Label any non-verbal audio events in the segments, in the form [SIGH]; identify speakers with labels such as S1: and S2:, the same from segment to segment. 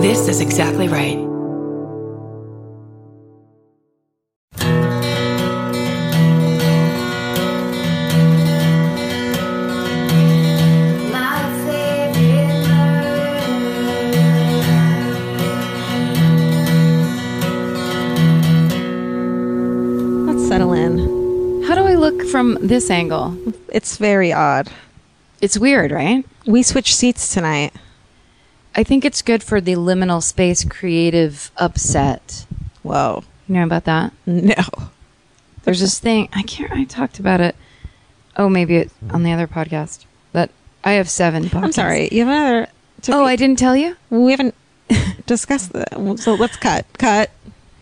S1: This is exactly right.
S2: My favorite
S3: Let's settle in.
S4: How do I look from this angle?
S3: It's very odd.
S4: It's weird, right?
S3: We switched seats tonight.
S4: I think it's good for the liminal space creative upset.
S3: Whoa. [LAUGHS]
S4: You know about that?
S3: No.
S4: There's this thing, I can't, I talked about it. Oh, maybe it on the other podcast. That I have seven podcasts.
S3: I'm sorry. You have another. did
S4: Oh,
S3: we-
S4: I didn't tell you?
S3: We haven't [LAUGHS] discussed that. Well, So let's cut. Cut.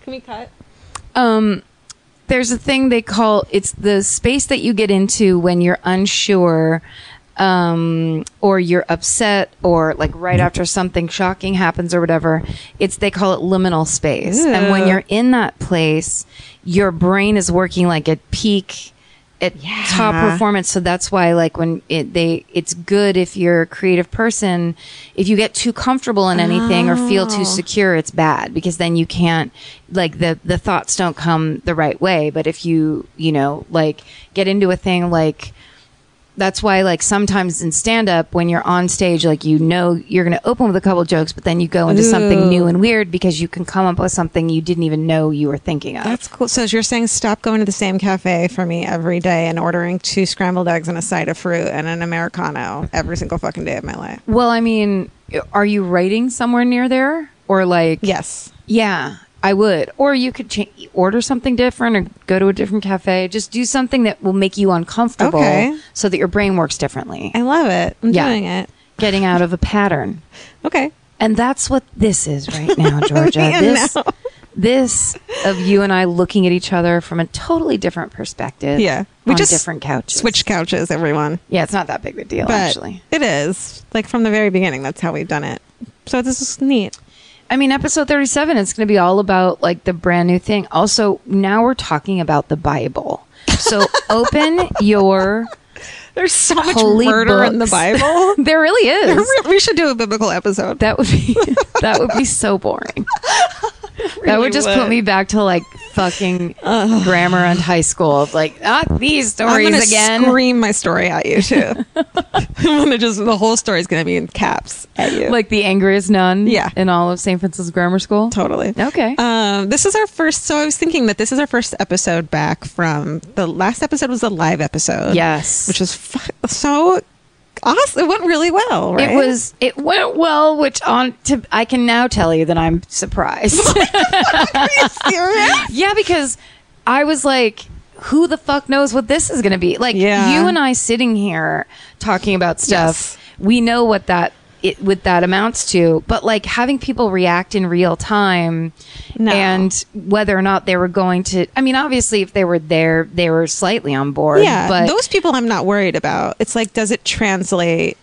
S3: Can we cut?
S4: um there's a thing they call it's the space that you get into when you're unsure um or you're upset or like right after something shocking happens or whatever it's they call it liminal space and when
S3: Ew.
S4: you're in that place your brain is working like at peak at top performance so that's why like when it they it's good if you're a creative person if you get too comfortable in anything or feel too secure it's bad because then you can't like the the thoughts don't come the right way but if you you know like get into a thing like that's why like sometimes in stand up when you're on stage like you know you're going to open with a couple jokes but then you go into something new and weird because you can come up with something you didn't even know you were thinking of
S3: That's cool. So you're saying stop going to the same cafe for me every day and ordering two scrambled eggs and a side of fruit and an Americano every single fucking day of my life.
S4: Well, I mean, are you writing somewhere near there or like
S3: Yes.
S4: Yeah, I would. Or you could cha- order something different or go to a different cafe. Just do something that will make you uncomfortable
S3: Okay.
S4: so that your brain works differently.
S3: [LAUGHS] I love it. I'm
S4: Yeah.
S3: doing it.
S4: Getting out of a pattern.
S3: Okay.
S4: And that's what this is right now, Georgia.
S3: Man,
S4: this
S3: no.
S4: this of you and I looking at each other from a totally different perspective.
S3: Yeah.
S4: We on just different couches.
S3: Switch couches, everyone.
S4: Yeah, it's not that big of a deal
S3: But
S4: actually.
S3: it is. Like from the very beginning, that's how we've done it. So this is neat.
S4: I mean, episode 37, it's going to be all about like the brand new thing. Also, now we're talking about the Bible.
S3: [LAUGHS]
S4: So open your.
S3: There's so much
S4: Holy
S3: murder in the
S4: books.
S3: Bible.
S4: [LAUGHS] There really is.
S3: we should do a biblical episode.
S4: that would be [LAUGHS] that would be
S3: [LAUGHS]
S4: so boring. that would just put me back to like fucking grammar and high school of like not these
S3: I'm
S4: stories
S3: gonna
S4: again.
S3: scream my story at you
S4: [LAUGHS]
S3: too. [LAUGHS] I'm gonna just the whole story is gonna be in caps at you.
S4: Like the angriest nun
S3: Yeah.
S4: in all of St. Francis Grammar School.
S3: totally.
S4: Okay.
S3: Um, this is our first. So I was thinking that this is our first episode back from the last episode was a live episode.
S4: Yes.
S3: which was fu- so awesome. It went really well. Right?
S4: It
S3: [LAUGHS]
S4: was it went well, which on to I can now tell you that I'm surprised.
S3: serious.
S4: Yeah, because I was like, who the fuck knows what this is going to be? Like
S3: Yeah.
S4: you and I sitting here talking about
S3: Yes.
S4: stuff. We know what that it what that amounts to, but like having people react in real time
S3: No.
S4: and whether or not they were going to I mean, obviously if they were there, they were slightly on board,
S3: Yeah,
S4: but
S3: those people I'm not worried about. It's like, does it translate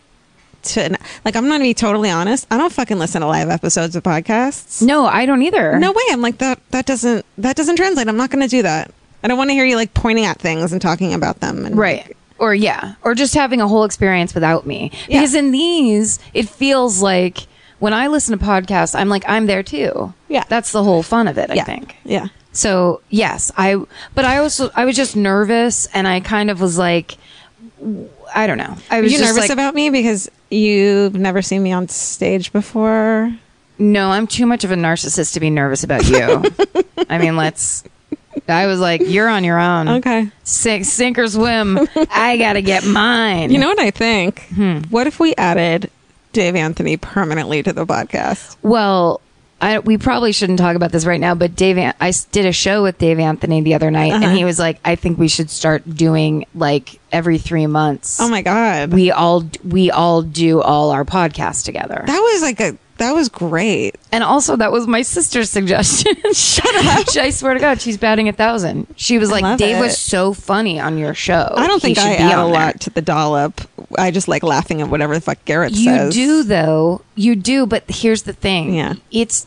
S3: to like? I'm gonna be totally honest. I don't fucking listen to live episodes of podcasts.
S4: no, I don't either.
S3: No way. I'm like that. That doesn't. That doesn't translate. I'm not gonna do that. I don't want to hear you like pointing at things and talking about them. And,
S4: Right. Or yeah, or just having a whole experience without me.
S3: Yeah.
S4: Because in these, it feels like when I listen to podcasts, I'm like I'm there too.
S3: Yeah.
S4: That's the whole fun of it,
S3: Yeah.
S4: I think.
S3: Yeah.
S4: So, yes, I but I also I was just nervous and I kind of was like I don't know. I
S3: Are
S4: was
S3: you
S4: just
S3: nervous
S4: like,
S3: about me because you've never seen me on stage before?
S4: No, I'm too much of a narcissist to be nervous about
S3: [LAUGHS]
S4: you. I mean, let's. I was like, you're on your own.
S3: Okay.
S4: Sink, sink or swim. I gotta get mine.
S3: You know what I think?
S4: Hmm.
S3: What if we added Dave Anthony permanently to the podcast?
S4: Well, I, we probably shouldn't talk about this right now, but Dave, An- I s- did a show with Dave Anthony the other night, and he
S3: Uh-huh.
S4: was like, "I think we should start doing like every three months.
S3: Oh my god.
S4: we all d- we all do all our podcasts together."
S3: that was like a that was great.
S4: and also, that was my sister's
S3: [LAUGHS]
S4: suggestion. Shut up! I swear to God, she's batting a thousand. She was
S3: love
S4: like, "Dave
S3: it.
S4: was so funny on your show.
S3: I don't
S4: Oh, He
S3: think
S4: should
S3: I
S4: be
S3: add a
S4: on there."
S3: lot to the dollop. I just like laughing at whatever the fuck Garrett
S4: You
S3: says.
S4: do though. You do, but here's the thing.
S3: Yeah.
S4: It's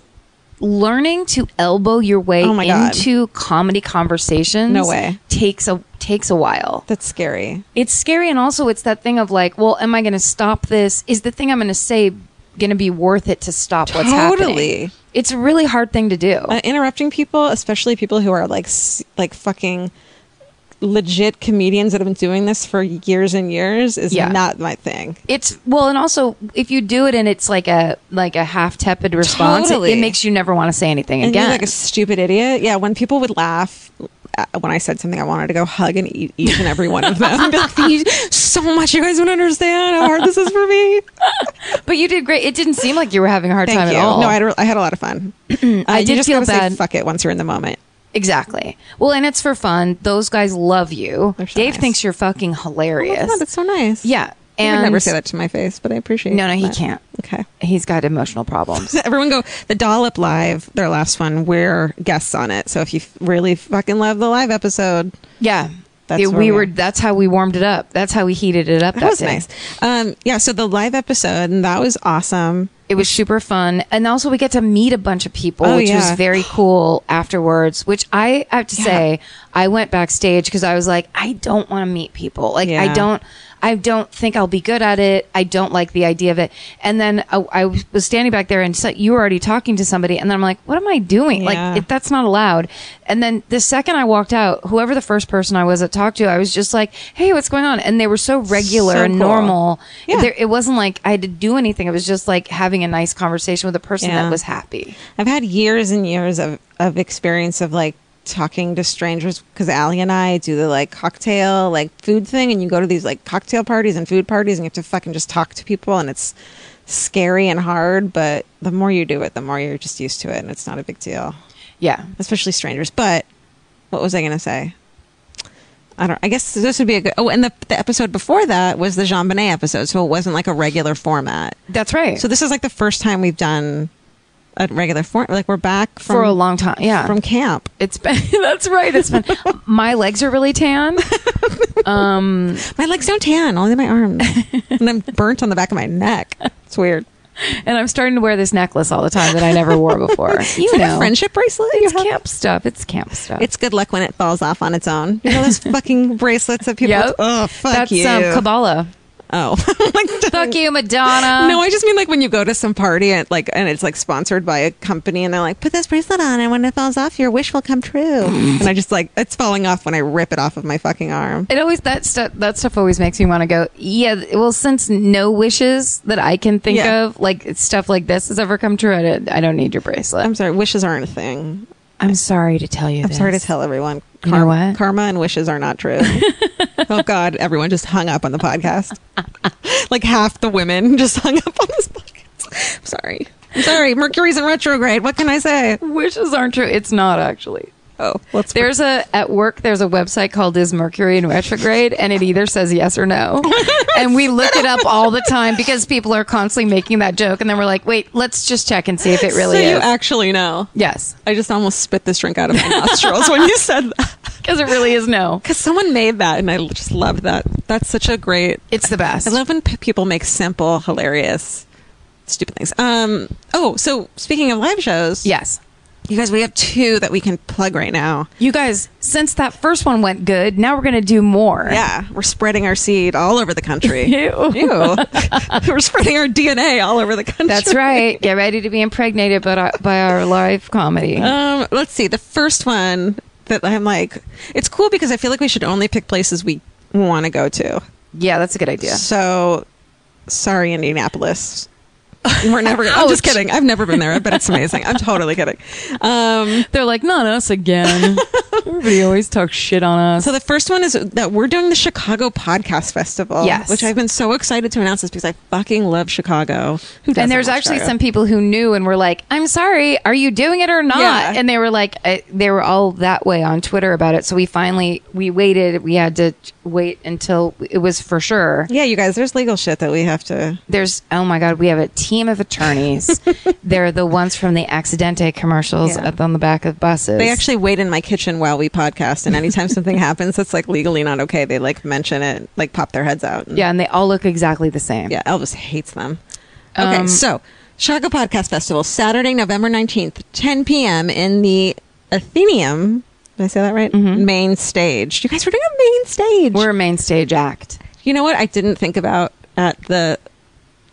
S4: learning to elbow your way
S3: Oh my God.
S4: into comedy conversations.
S3: No way.
S4: Takes a takes a while.
S3: That's scary.
S4: It's scary and also it's that thing of like, well, am I going to stop this? Is the thing I'm going to say going to be worth it to stop what's happening.
S3: Totally.
S4: It's a really hard thing to do.
S3: Uh, interrupting people, especially people who are like s- like fucking legit comedians that have been doing this for years and years is
S4: Yeah.
S3: not my thing.
S4: it's well, and also if you do it and it's like a like a half tepid response, it-
S3: Totally.
S4: it, makes you never want to say anything
S3: And
S4: again.
S3: you're like a stupid idiot. Yeah, when people would laugh uh, when I said something, I wanted to go hug and eat each and every one of them.
S4: [LAUGHS]
S3: I'd be like, "Thank you so much. You guys don't understand how hard this is for me.
S4: but you did great. It didn't seem like you were having a hard
S3: Thank
S4: time
S3: you.
S4: at all.
S3: No, I had, a- I had a lot of fun. Uh,
S4: [CLEARS THROAT] I
S3: you
S4: did
S3: just
S4: feel
S3: gotta
S4: bad.
S3: Say fuck it once you're in the moment.
S4: exactly. Well, and it's for fun. Those guys love you.
S3: They're so
S4: Dave
S3: nice.
S4: thinks you're fucking
S3: Oh my
S4: hilarious.
S3: God, that's so nice.
S4: yeah,
S3: I
S4: and
S3: would never say that to my face, but I appreciate.
S4: No, no, he
S3: that.
S4: can't.
S3: Okay. [LAUGHS]
S4: He's got emotional problems.
S3: Everyone go the Dollop Live, their last one. We're guests on it, so if you f- really fucking love the live episode,
S4: Yeah.
S3: That's
S4: It-
S3: where
S4: we
S3: we
S4: were
S3: are.
S4: that's how we warmed it up. That's how we heated it up.
S3: that was
S4: day.
S3: nice. Um, yeah, so the live episode and that was awesome.
S4: It was super fun. And also we get to meet a bunch of people,
S3: Oh,
S4: which
S3: yeah.
S4: was very cool afterwards, which I have to
S3: Yeah.
S4: say, I went backstage because I was like, I don't want to meet people. Like I
S3: Yeah.
S4: don't I don't think I'll be good at it. I don't like the idea of it. And then I, I was standing back there and so, you were already talking to somebody. And then I'm like, what am I doing?
S3: Yeah.
S4: Like, it, that's not allowed. And then the second I walked out, whoever the first person I was that talked to, I was just like, hey, what's going on? And they were so regular
S3: So
S4: and
S3: cool.
S4: normal.
S3: Yeah.
S4: There, it wasn't like I had to do anything. It was just like having a nice conversation with a person
S3: Yeah.
S4: that was happy.
S3: I've had years and years of, of experience of like talking to strangers because Allie and I do the like cocktail, like food thing. And you go to these like cocktail parties and food parties and you have to fucking just talk to people. And it's scary and hard. But the more you do it, the more you're just used to it. And it's not a big deal,
S4: Yeah.
S3: especially strangers. But what was I going to say? I don't. I guess this would be a good. Oh, and the, the episode before that was the Jean Bonnet episode, so it wasn't like a regular format.
S4: That's right.
S3: So this is like the first time we've done a regular form. Like we're back from,
S4: for a long time. Yeah.
S3: from camp.
S4: it's been, [LAUGHS] that's right.
S3: [LAUGHS]
S4: It's been, my legs are really tan. Um,
S3: My legs don't tan, only my
S4: [LAUGHS]
S3: arms, and I'm burnt on the back of my neck. It's weird.
S4: and I'm starting to wear this necklace all the time that I never wore
S3: [LAUGHS]
S4: before. You
S3: Is that
S4: know,
S3: a friendship bracelet? you
S4: It's
S3: have?
S4: camp stuff. It's camp stuff.
S3: It's good luck when it falls off on its own. You know
S4: [LAUGHS]
S3: those fucking bracelets that people.
S4: Yep.
S3: Oh fuck
S4: That's
S3: you.
S4: um, Kabbalah.
S3: oh. [LAUGHS] Like,
S4: Fuck you, Madonna.
S3: No, I just mean like when you go to some party and like and it's like sponsored by a company and they're like, put this bracelet on and when it falls off, your wish will come
S4: [GASPS]
S3: true. and I just like it's falling off when I rip it off of my fucking arm.
S4: It always that stuff that stuff always makes me want to go. Yeah, th- well, since no wishes that I can think
S3: Yeah.
S4: of, like it's stuff like this has ever come true, I don't, I don't need your bracelet.
S3: I'm
S4: I'm,
S3: sorry, wishes aren't a thing.
S4: sorry to tell you.
S3: I'm sorry to tell everyone.
S4: You know what?
S3: Karma and wishes are not [LAUGHS] true. oh God, everyone just hung up on the [LAUGHS] podcast. like half the women just hung up on this podcast. I'm sorry. I'm sorry. Mercury's in retrograde. What can I say?
S4: Wishes aren't true. It's not actually.
S3: Oh, let's.
S4: There's a at work. There's a website called Is Mercury in Retrograde, and it either says yes
S3: [LAUGHS]
S4: or no. and we look it up all the time because people are constantly making that joke, and then we're like, wait, let's just check and see if it really
S3: so
S4: is.
S3: you actually know.
S4: yes,
S3: I just almost spit this drink out of my nostrils when you said [LAUGHS] that.
S4: because it really is no.
S3: Because someone made that, and I just loved that. That's such a great
S4: It's the best.
S3: I love when p- people make simple, hilarious, stupid things. Um. Oh, so speaking of live shows,
S4: yes.
S3: you guys, we have two that we can plug right now.
S4: You guys, since that first one went good, now we're going to do more.
S3: Yeah, we're spreading our seed all over the country.
S4: [LAUGHS] Ew.
S3: Ew. [LAUGHS] we're spreading our DNA all over the country.
S4: [LAUGHS] That's right. Get ready to be impregnated by our, by our live comedy.
S3: Um. Let's see. The first one that I'm like, it's cool because I feel like we should only pick places we want to go to.
S4: yeah, that's a good idea.
S3: So, sorry, Indianapolis. We're never. I'm just
S4: Ouch.
S3: kidding. I've never been there, but it's amazing. I'm totally kidding. Um,
S4: They're like, not us [LAUGHS] again. Everybody always talks shit on us.
S3: so the first one is that we're doing the Chicago Podcast Festival,
S4: Yes.
S3: which I've been so excited to announce this because I fucking love Chicago. Who does?
S4: and there's actually some people who knew and were like, "I'm sorry, are you doing it or not?"
S3: Yeah.
S4: And they were like, I, they were all that way on Twitter about it. So we finally we waited. We had to wait until it was for sure.
S3: Yeah, you guys. There's legal shit that we have to.
S4: there's oh my god we have a team
S3: [LAUGHS]
S4: of attorneys they're the ones from the accidente commercials
S3: Yeah.
S4: up on the back of buses
S3: They actually wait in my kitchen while we podcast, and anytime something [LAUGHS] happens that's like legally not okay, they like mention it, like pop their heads out. and-
S4: yeah and they all look exactly the same
S3: Yeah, Elvis hates them. Okay,
S4: Um,
S3: so Chicago Podcast Festival, Saturday, November 19th, 10 p.m. in the Athenaeum. Did I say that right?
S4: Mm-hmm.
S3: Main stage. You guys were doing a main stage.
S4: we're a main stage act
S3: you know what I didn't think about at the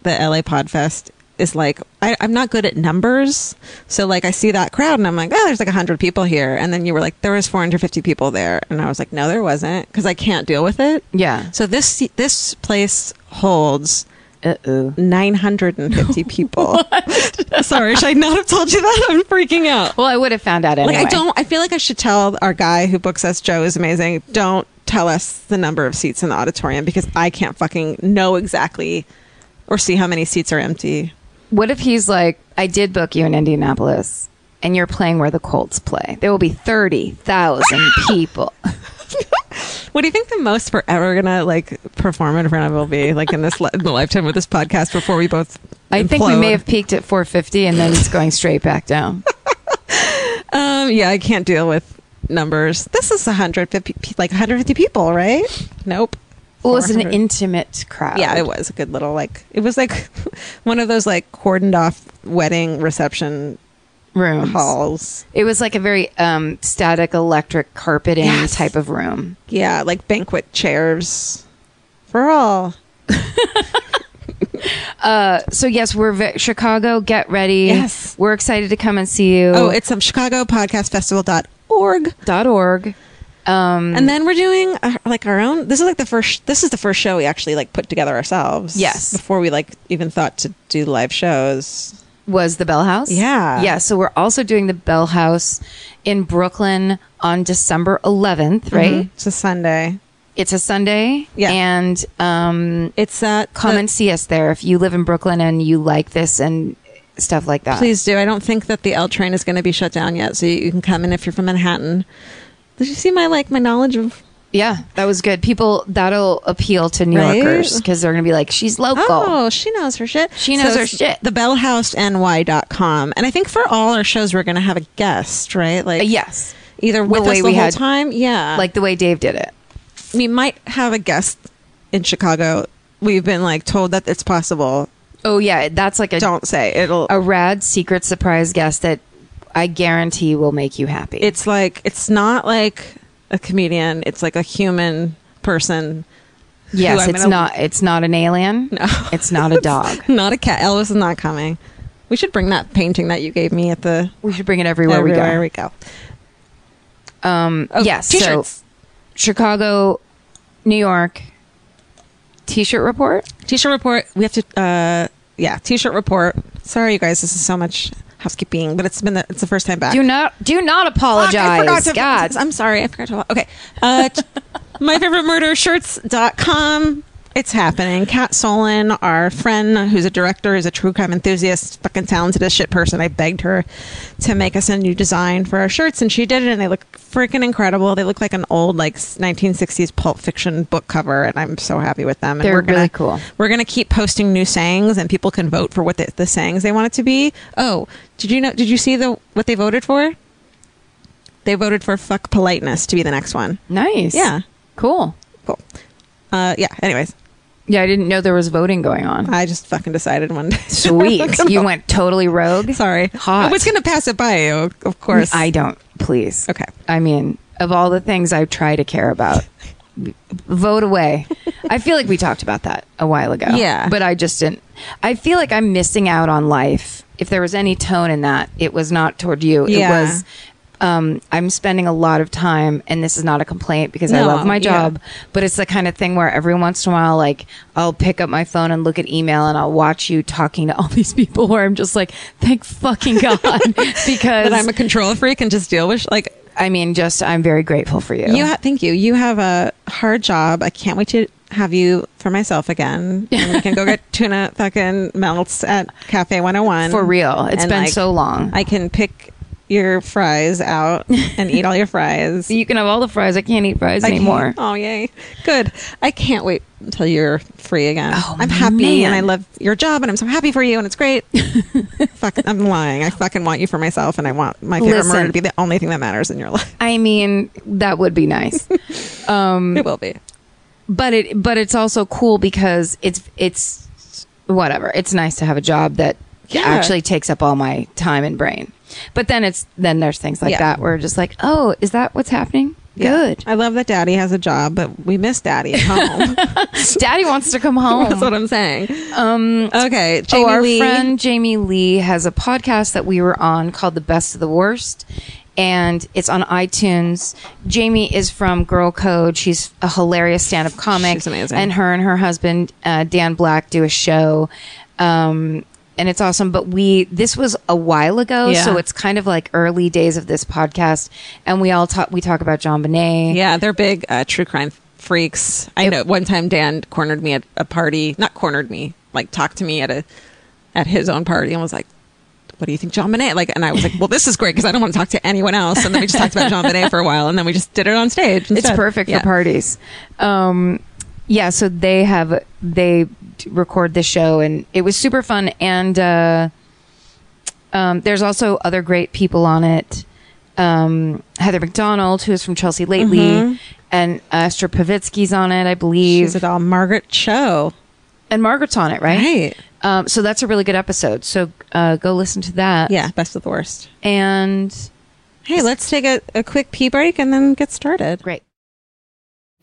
S3: the LA Podfest is like I, I'm not good at numbers, so like I see that crowd and I'm like, oh, there's like hundred people here, and then you were like, there was 450 people there, and I was like, no, there wasn't, because I can't deal with it.
S4: Yeah.
S3: So this this place holds
S4: Uh oh.
S3: 950 people. Sorry, should I not have told you that? I'm freaking out.
S4: Well, I would have found out anyway.
S3: Like I don't. I feel like I should tell our guy who books us. Joe is amazing. Don't tell us the number of seats in the auditorium because I can't fucking know exactly or see how many seats are empty.
S4: What if he's like, I did book you in Indianapolis, and you're playing where the Colts play? There will be
S3: [LAUGHS]
S4: thirty thousand people.
S3: What do you think the most we're ever gonna like perform in front of will be like in this li- in the lifetime with this podcast before we both?
S4: I think we
S3: implode?
S4: may have peaked at 450, and then it's going straight back down.
S3: [LAUGHS] Um, yeah, I can't deal with numbers. This is 150 pe- like 150 people, right? Nope.
S4: Well, it was an
S3: 400.
S4: intimate crowd.
S3: Yeah, it was a good little like it was like [LAUGHS] one of those like cordoned off wedding reception
S4: Rooms.
S3: halls.
S4: It was like a very um, static electric carpeting
S3: Yes.
S4: type of room.
S3: Yeah, like banquet chairs for all.
S4: Uh, so yes, we're ve- Chicago. Get ready.
S3: Yes.
S4: we're excited to come and see you.
S3: Oh, it's um, chicagopodcastfestival.org.
S4: dot org. Um,
S3: And then we're doing uh, like our own. This is like the first. This is the first show we actually like put together ourselves.
S4: Yes.
S3: Before we like even thought to do live shows.
S4: was the Bell House.
S3: Yeah.
S4: yeah. So we're also doing the Bell House in Brooklyn on December 11th. Right,
S3: Mhm. It's a Sunday.
S4: it's a Sunday.
S3: Yeah.
S4: and um,
S3: It's uh,
S4: come
S3: the-
S4: and see us there if you live in Brooklyn and you like this and stuff like that.
S3: Please do. I don't think that the L train is going to be shut down yet, so you, you can come in if you're from Manhattan. Did you see my like my knowledge of?
S4: Yeah, that was good. People that'll appeal to New
S3: Right?
S4: Yorkers because they're gonna be like, she's local.
S3: Oh, she knows her shit.
S4: She knows her shit.
S3: Thebellhouseny.com. And I think for all our shows, we're going to have a guest, right? Like,
S4: Uh, yes,
S3: either with
S4: way
S3: us the
S4: we
S3: whole
S4: had-
S3: time. Yeah,
S4: like the way Dave did it.
S3: we might have a guest in Chicago. We've been like told that it's possible.
S4: Oh yeah, that's like a
S3: Don't say it'll.
S4: a rad secret surprise guest that I guarantee will make you happy.
S3: It's like it's not like a comedian. It's like a human person.
S4: yes,
S3: I'm
S4: it's
S3: gonna-
S4: not it's not an alien.
S3: No.
S4: It's not a
S3: [LAUGHS]
S4: dog.
S3: Not a cat. Elvis is not coming. We should bring that painting that you gave me at the
S4: we should bring it everywhere,
S3: everywhere
S4: we
S3: we go.
S4: go. Um
S3: Oh,
S4: yes,
S3: t-shirts.
S4: so Chicago, New York T-shirt report.
S3: T-shirt report. We have to. uh Yeah, T-shirt report. Sorry, you guys. This is so much housekeeping, but it's been the, it's the first time back.
S4: Do not do not
S3: Fuck,
S4: apologize.
S3: I forgot to,
S4: God,
S3: I'm sorry. I forgot to. Okay. Uh, t- [LAUGHS] my favorite murder shirts.com. It's happening. Kat Solon, our friend who's a director, is a true crime enthusiast, fucking talented as shit person. I begged her to make us a new design for our shirts, and she did it, and they look freaking incredible. They look like an old, like, 1960s Pulp Fiction book cover, and I'm so happy with them. And
S4: They're
S3: we're gonna,
S4: really cool.
S3: We're going to keep posting new sayings, and people can vote for what the, the sayings they want it to be. Oh, did you know? Did you see the what they voted for? They voted for fuck politeness to be the next one.
S4: nice.
S3: Yeah.
S4: cool.
S3: Cool. Uh, yeah. Anyways,
S4: Yeah, I didn't know there was voting going on.
S3: I [LAUGHS] just fucking decided one day. [LAUGHS]
S4: Sweet, you went totally rogue.
S3: Sorry.
S4: Hot.
S3: I was going to pass it by you, of course.
S4: I don't. Please.
S3: Okay.
S4: I mean, of all the things I try to care about, vote away. I feel like we talked about that a while ago.
S3: Yeah.
S4: But I just didn't. I feel like I'm missing out on life. If there was any tone in that, it was not toward you.
S3: Yeah.
S4: It was. Um, I'm spending a lot of time, and this is not a complaint because I
S3: No,
S4: love my
S3: yeah.
S4: job, but it's the kind of thing where every once in a while, like, I'll pick up my phone and look at email and I'll watch you talking to all [LAUGHS] these people where I'm just like, thank fucking God, [LAUGHS] because
S3: That I'm a control freak and just deal with sh- like
S4: I mean, just I'm very grateful for you.
S3: You ha- thank you. You have a hard job. I can't wait to have you for myself
S4: [LAUGHS]
S3: again. And we can go get tuna fucking melts at Cafe 101.
S4: for real.
S3: It's
S4: It's been so long.
S3: I can pick your fries
S4: [LAUGHS]
S3: out and eat all your fries.
S4: you can have all the fries. I can't eat fries
S3: I can't-
S4: anymore.
S3: [LAUGHS] Oh, yay. Good. I can't wait until you're free again.
S4: Oh,
S3: I'm happy
S4: man.
S3: and I love your job and I'm so happy for you and it's great.
S4: [LAUGHS]
S3: Fuck, I'm lying. I fucking want you for myself and I want my favorite
S4: Listen.
S3: murder to be the only thing that matters in your life.
S4: I mean, that would be [LAUGHS] nice. um,
S3: It will be.
S4: but it but it's also cool because it's it's whatever. It's nice to have a job that
S3: Yeah.
S4: actually takes up all my time and brain. But then it's then there's things like
S3: Yeah.
S4: that where it's just like, oh, is that what's happening? Good. [LAUGHS]
S3: I love that daddy has a job, but we miss daddy at home. [LAUGHS]
S4: Daddy wants to come home.
S3: That's what I'm saying. Um, okay. Jamie
S4: oh, our
S3: Lee.
S4: friend Jamie Lee has a podcast that we were on called The Best of the Worst, and it's on iTunes. Jamie is from Girl Code. She's a hilarious stand-up comic.
S3: She's amazing.
S4: And her and her husband uh, Dan Black do a show, um, and it's awesome. But we this was a while ago,
S3: Yeah.
S4: so it's kind of like early days of this podcast, and we all talk. We talk about John Bonet.
S3: Yeah, they're big uh, true crime freaks. I know. One time, Dan cornered me at a party. Not cornered me, like talked to me at a at his own party, and was like, "What do you think, John Bonet?" Like, and I was like, "Well, this is great because I don't want to talk to anyone else." And then we just talked about John Bonet for a while, and then we just did it on stage.
S4: it's
S3: instead.
S4: perfect
S3: Yeah.
S4: for parties. Um, yeah, so they have they d- record the show, and it was super fun. And uh, um, there's also other great people on it. Um, Heather McDonald, who is from Chelsea lately, and Esther Pavitsky's on it, I believe,
S3: Mm-hmm. She's at all Margaret Cho,
S4: and Margaret's on it, right?
S3: right?
S4: Um, so that's a really good episode. So uh, go listen to that.
S3: Yeah, best of the worst.
S4: and
S3: Hey, let's take a, a quick pee break and then get started.
S4: great.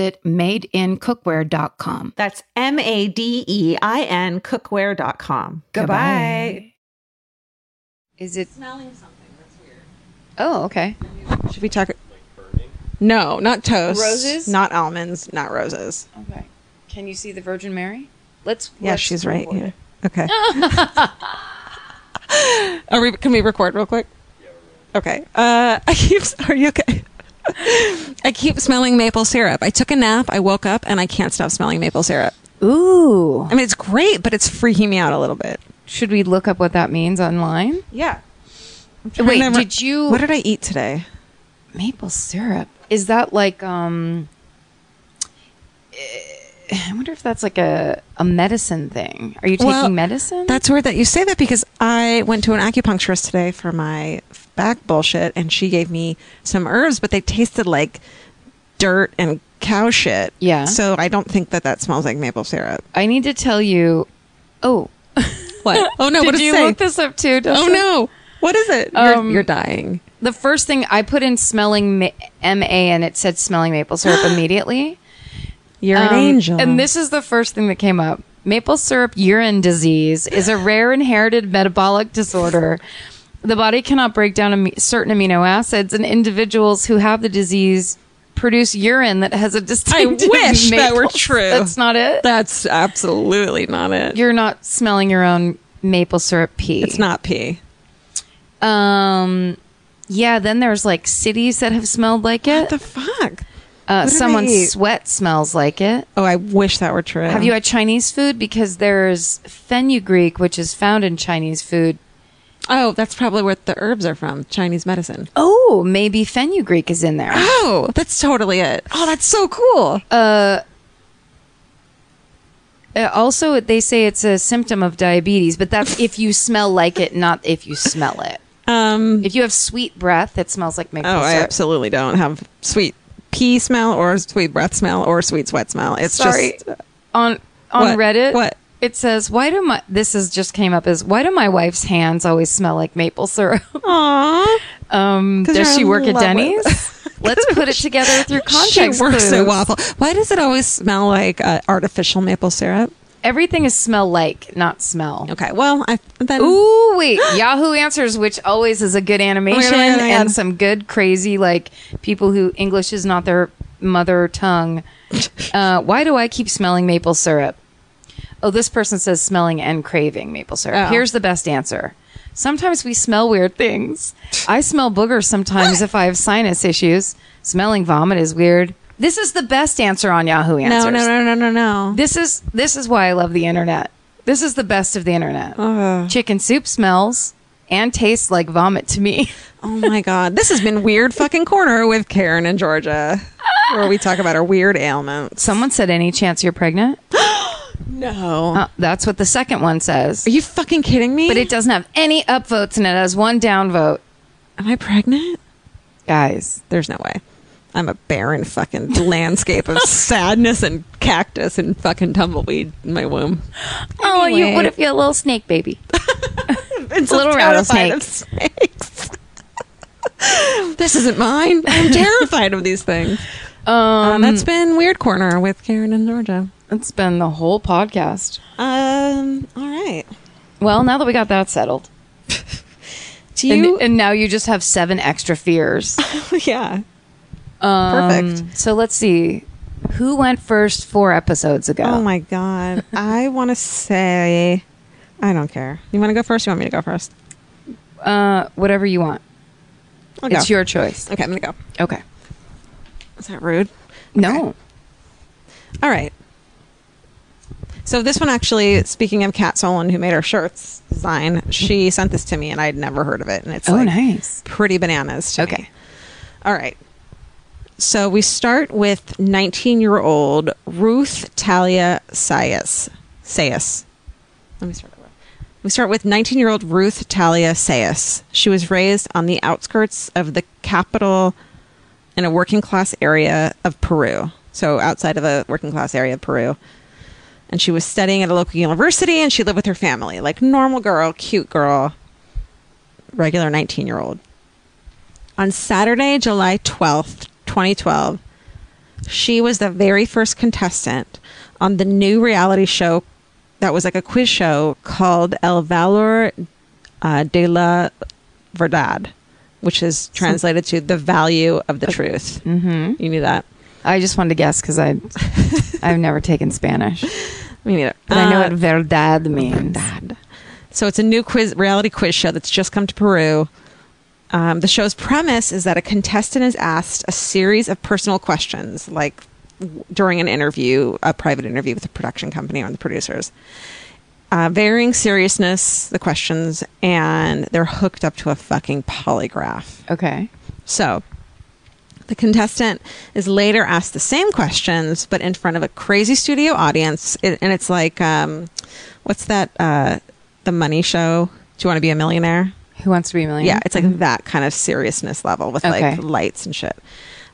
S1: madeincookware.com.
S2: That's M A D E I N cookware.com. Goodbye.
S4: Is it smelling something? That's weird. Oh, okay.
S3: Should we talk? No, not toast.
S4: Roses?
S3: Not almonds. Not roses.
S4: Okay. Can you see the Virgin Mary? Let's.
S3: Yeah,
S4: let's
S3: she's right.
S4: record
S3: Yeah. Okay.
S4: it.
S3: [LAUGHS] Are we, can we record real quick? Okay. Uh, [LAUGHS] I keep. Are you okay? [LAUGHS] I keep smelling maple syrup. I took a nap. I woke up and I can't stop smelling maple syrup.
S4: Ooh.
S3: I mean, it's great, but it's freaking me out a little bit.
S4: Should we look up what that means online?
S3: Yeah.
S4: Wait, did you
S3: What did I eat today?
S4: maple syrup? Is that like um? eh, I wonder if that's like a a medicine thing. Are you taking
S3: Well,
S4: medicine?
S3: That's weird that you say that because I went to an acupuncturist today for my back bullshit, and she gave me some herbs, but they tasted like dirt and cow shit.
S4: Yeah.
S3: So I don't think that that smells like maple syrup.
S4: I need to tell you. Oh,
S3: [LAUGHS]
S5: What? Oh no!
S4: did
S5: what does
S4: you
S5: it say?
S4: look this up too?
S5: oh
S4: Dustin? Um,
S5: no! What is it? You're, you're dying.
S4: The first thing I put in smelling ma- M A, and it said smelling
S1: [GASPS]
S4: maple syrup immediately.
S3: You're an
S4: Um,
S3: angel.
S4: And this is the first thing that came up. Maple syrup urine disease is a rare inherited metabolic disorder. The body cannot break down ami- certain amino acids, and individuals who have the disease produce urine that has a [LAUGHS] distinct.
S5: wish that were true.
S4: That's not it.
S5: That's absolutely not it.
S4: You're not smelling your own maple syrup pee.
S3: it's not pee.
S4: Um, yeah. Then there's like cities that have smelled like
S3: What
S4: it.
S3: the fuck?
S4: Uh,
S3: What did I
S4: someone's
S3: eat?
S4: sweat smells like it.
S3: Oh, I wish that were true.
S4: Have you had Chinese food? Because there's fenugreek, which is found in Chinese food.
S3: Oh, that's probably where the herbs are from. Chinese medicine.
S4: Oh, maybe fenugreek is in there.
S3: Oh, that's totally it. Oh, that's so cool.
S4: Uh, also, they say it's a symptom of diabetes, but that's if you smell like it, not if you smell it.
S3: Um.
S4: If you have sweet breath, it smells like maple
S3: Oh, I
S4: syrup.
S3: absolutely don't have sweet pee smell or sweet breath smell or sweet sweat smell. It's
S4: Sorry.
S3: just
S4: on on
S3: What?
S4: Reddit,
S3: What?
S4: it says? Why do my this is just came up as why do my wife's hands always smell like maple syrup? [LAUGHS]
S3: Aw.
S4: Um,
S3: 'Cause
S4: does
S3: you're
S4: she
S3: in
S4: work
S3: love
S4: at
S3: with-
S4: Denny's?
S3: [LAUGHS]
S4: Let's put it together through
S3: She
S4: context
S3: works
S4: clues.
S3: at Waffle. Why does it always smell like uh, artificial maple syrup?
S4: Everything is smell like, not smell.
S3: Okay, well, I then
S4: Ooh, wait. Yahoo Answers, which always is a good animation
S3: oh my God, oh my God.
S4: and some good, crazy, like people who English is not their mother
S3: [LAUGHS]
S4: tongue. Uh, why do I keep smelling maple syrup? Oh, this person says smelling and craving maple syrup.
S3: Oh.
S4: Here's the best answer. Sometimes we smell weird things. I smell boogers sometimes if I have sinus issues. Smelling vomit is weird. This is the best answer on Yahoo Answers.
S3: no, no, no, no, no, no.
S4: This is this is why I love the internet. This is the best of the internet.
S3: Uh-huh.
S4: Chicken soup smells and tastes like vomit to me. [LAUGHS]
S3: Oh my god, this has been weird fucking corner with Karen and Georgia, where we talk about our weird ailments.
S4: Someone said, "Any chance you're pregnant?"
S3: No,
S4: Uh, that's what the second one says.
S3: are you fucking kidding me?
S4: But it doesn't have any upvotes and it has one downvote.
S3: am I pregnant?
S4: Guys,
S3: There's no way. I'm a barren fucking landscape [LAUGHS] of sadness and cactus and fucking tumbleweed in my womb.
S4: oh, you
S3: Anyway.
S4: what if you're a little snake baby?
S3: [LAUGHS] It's
S4: Little rattlesnake.
S3: snakes. [LAUGHS] this isn't mine. I'm terrified of these things. Um, that's been Weird Corner with Karen and Georgia.
S4: It's been the whole podcast.
S3: Um, all right. [LAUGHS]
S4: Well, now that we got that settled,
S3: Do
S4: and,
S3: you?
S4: and now you just have seven
S3: [LAUGHS]
S4: extra fears.
S3: yeah.
S4: Um,
S3: Perfect.
S4: So let's see. Who went first four episodes ago?
S3: Oh my god. I want to say. I don't care. You want to go first? You want me to go first?
S4: Uh, whatever you want.
S3: I'll
S4: It's
S3: go.
S4: your choice.
S3: Okay, I'm gonna go.
S4: Okay.
S3: Is that rude?
S4: No.
S3: All right. So this one actually, speaking of Kat Solon, who made our shirts design, she sent this to me, and I'd never heard of it, and it's
S4: Oh,
S3: like
S4: nice.
S3: pretty bananas. To me.
S4: Okay.
S3: All right. So we start with 19-year-old Ruth Talia Sayas. Sayas. Let me start over. We start with 19-year-old Ruth Talia Sayas. She was raised on the outskirts of the capital in a working class area of Peru. So outside of a working class area of Peru. And she was studying at a local university and she lived with her family. Like normal girl, cute girl, regular 19 year old. On Saturday, July 12th, 2012, she was the very first contestant on the new reality show that was like a quiz show called El Valor uh, de la Verdad, which is translated to the value of the truth. Mm-hmm. You knew that.
S4: I just wanted to
S3: [LAUGHS]
S4: guess because I, I've never taken Spanish,
S3: We knew it.
S4: but I know
S3: Uh,
S4: what verdad means.
S3: So it's a new quiz reality quiz show that's just come to Peru. Um, the show's premise is that a contestant is asked a series of personal questions, like w- during an interview, a private interview with the production company or the producers. Uh, varying seriousness, the questions, and they're hooked up to a fucking polygraph.
S4: Okay.
S3: So the contestant is later asked the same questions, but in front of a crazy studio audience. It, and it's like, um, what's that? Uh, the money show? Do you want to be a millionaire?
S4: Who wants to be a millionaire?
S3: Yeah, it's like that kind of seriousness level with
S4: Okay.
S3: like lights and shit.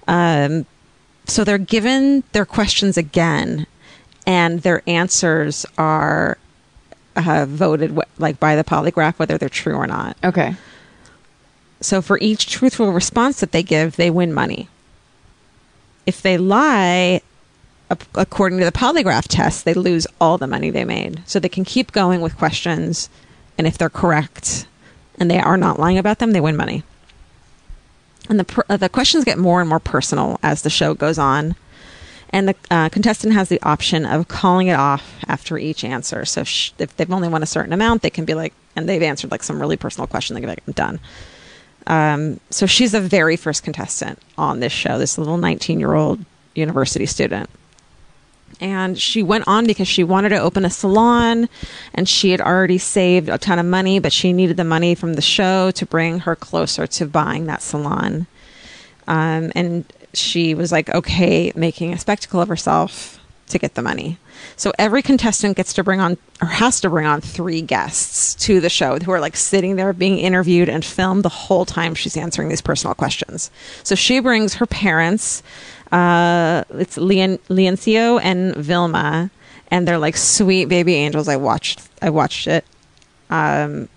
S3: Um, So they're given their questions again, and their answers are uh, voted wh- like by the polygraph whether they're true or not.
S4: Okay.
S3: So for each truthful response that they give, they win money. If they lie, a- according to the polygraph test, they lose all the money they made. So they can keep going with questions, and if they're correct and they are not lying about them, they win money. And the per- uh, the questions get more and more personal as the show goes on. And the uh, contestant has the option of calling it off after each answer. So if, sh- if they've only won a certain amount, they can be like, and they've answered like some really personal question, they can be like, I'm done. Um, so she's the very first contestant on this show, this little 19 year old university student. And she went on because she wanted to open a salon and she had already saved a ton of money, but she needed the money from the show to bring her closer to buying that salon. Um, and she was like, okay, making a spectacle of herself to get the money. So every contestant gets to bring on or has to bring on three guests to the show who are like sitting there being interviewed and filmed the whole time she's answering these personal questions. So she brings her parents, uh, it's Leon- Leoncio and Vilma, and they're like sweet baby angels. I watched, I watched it Um,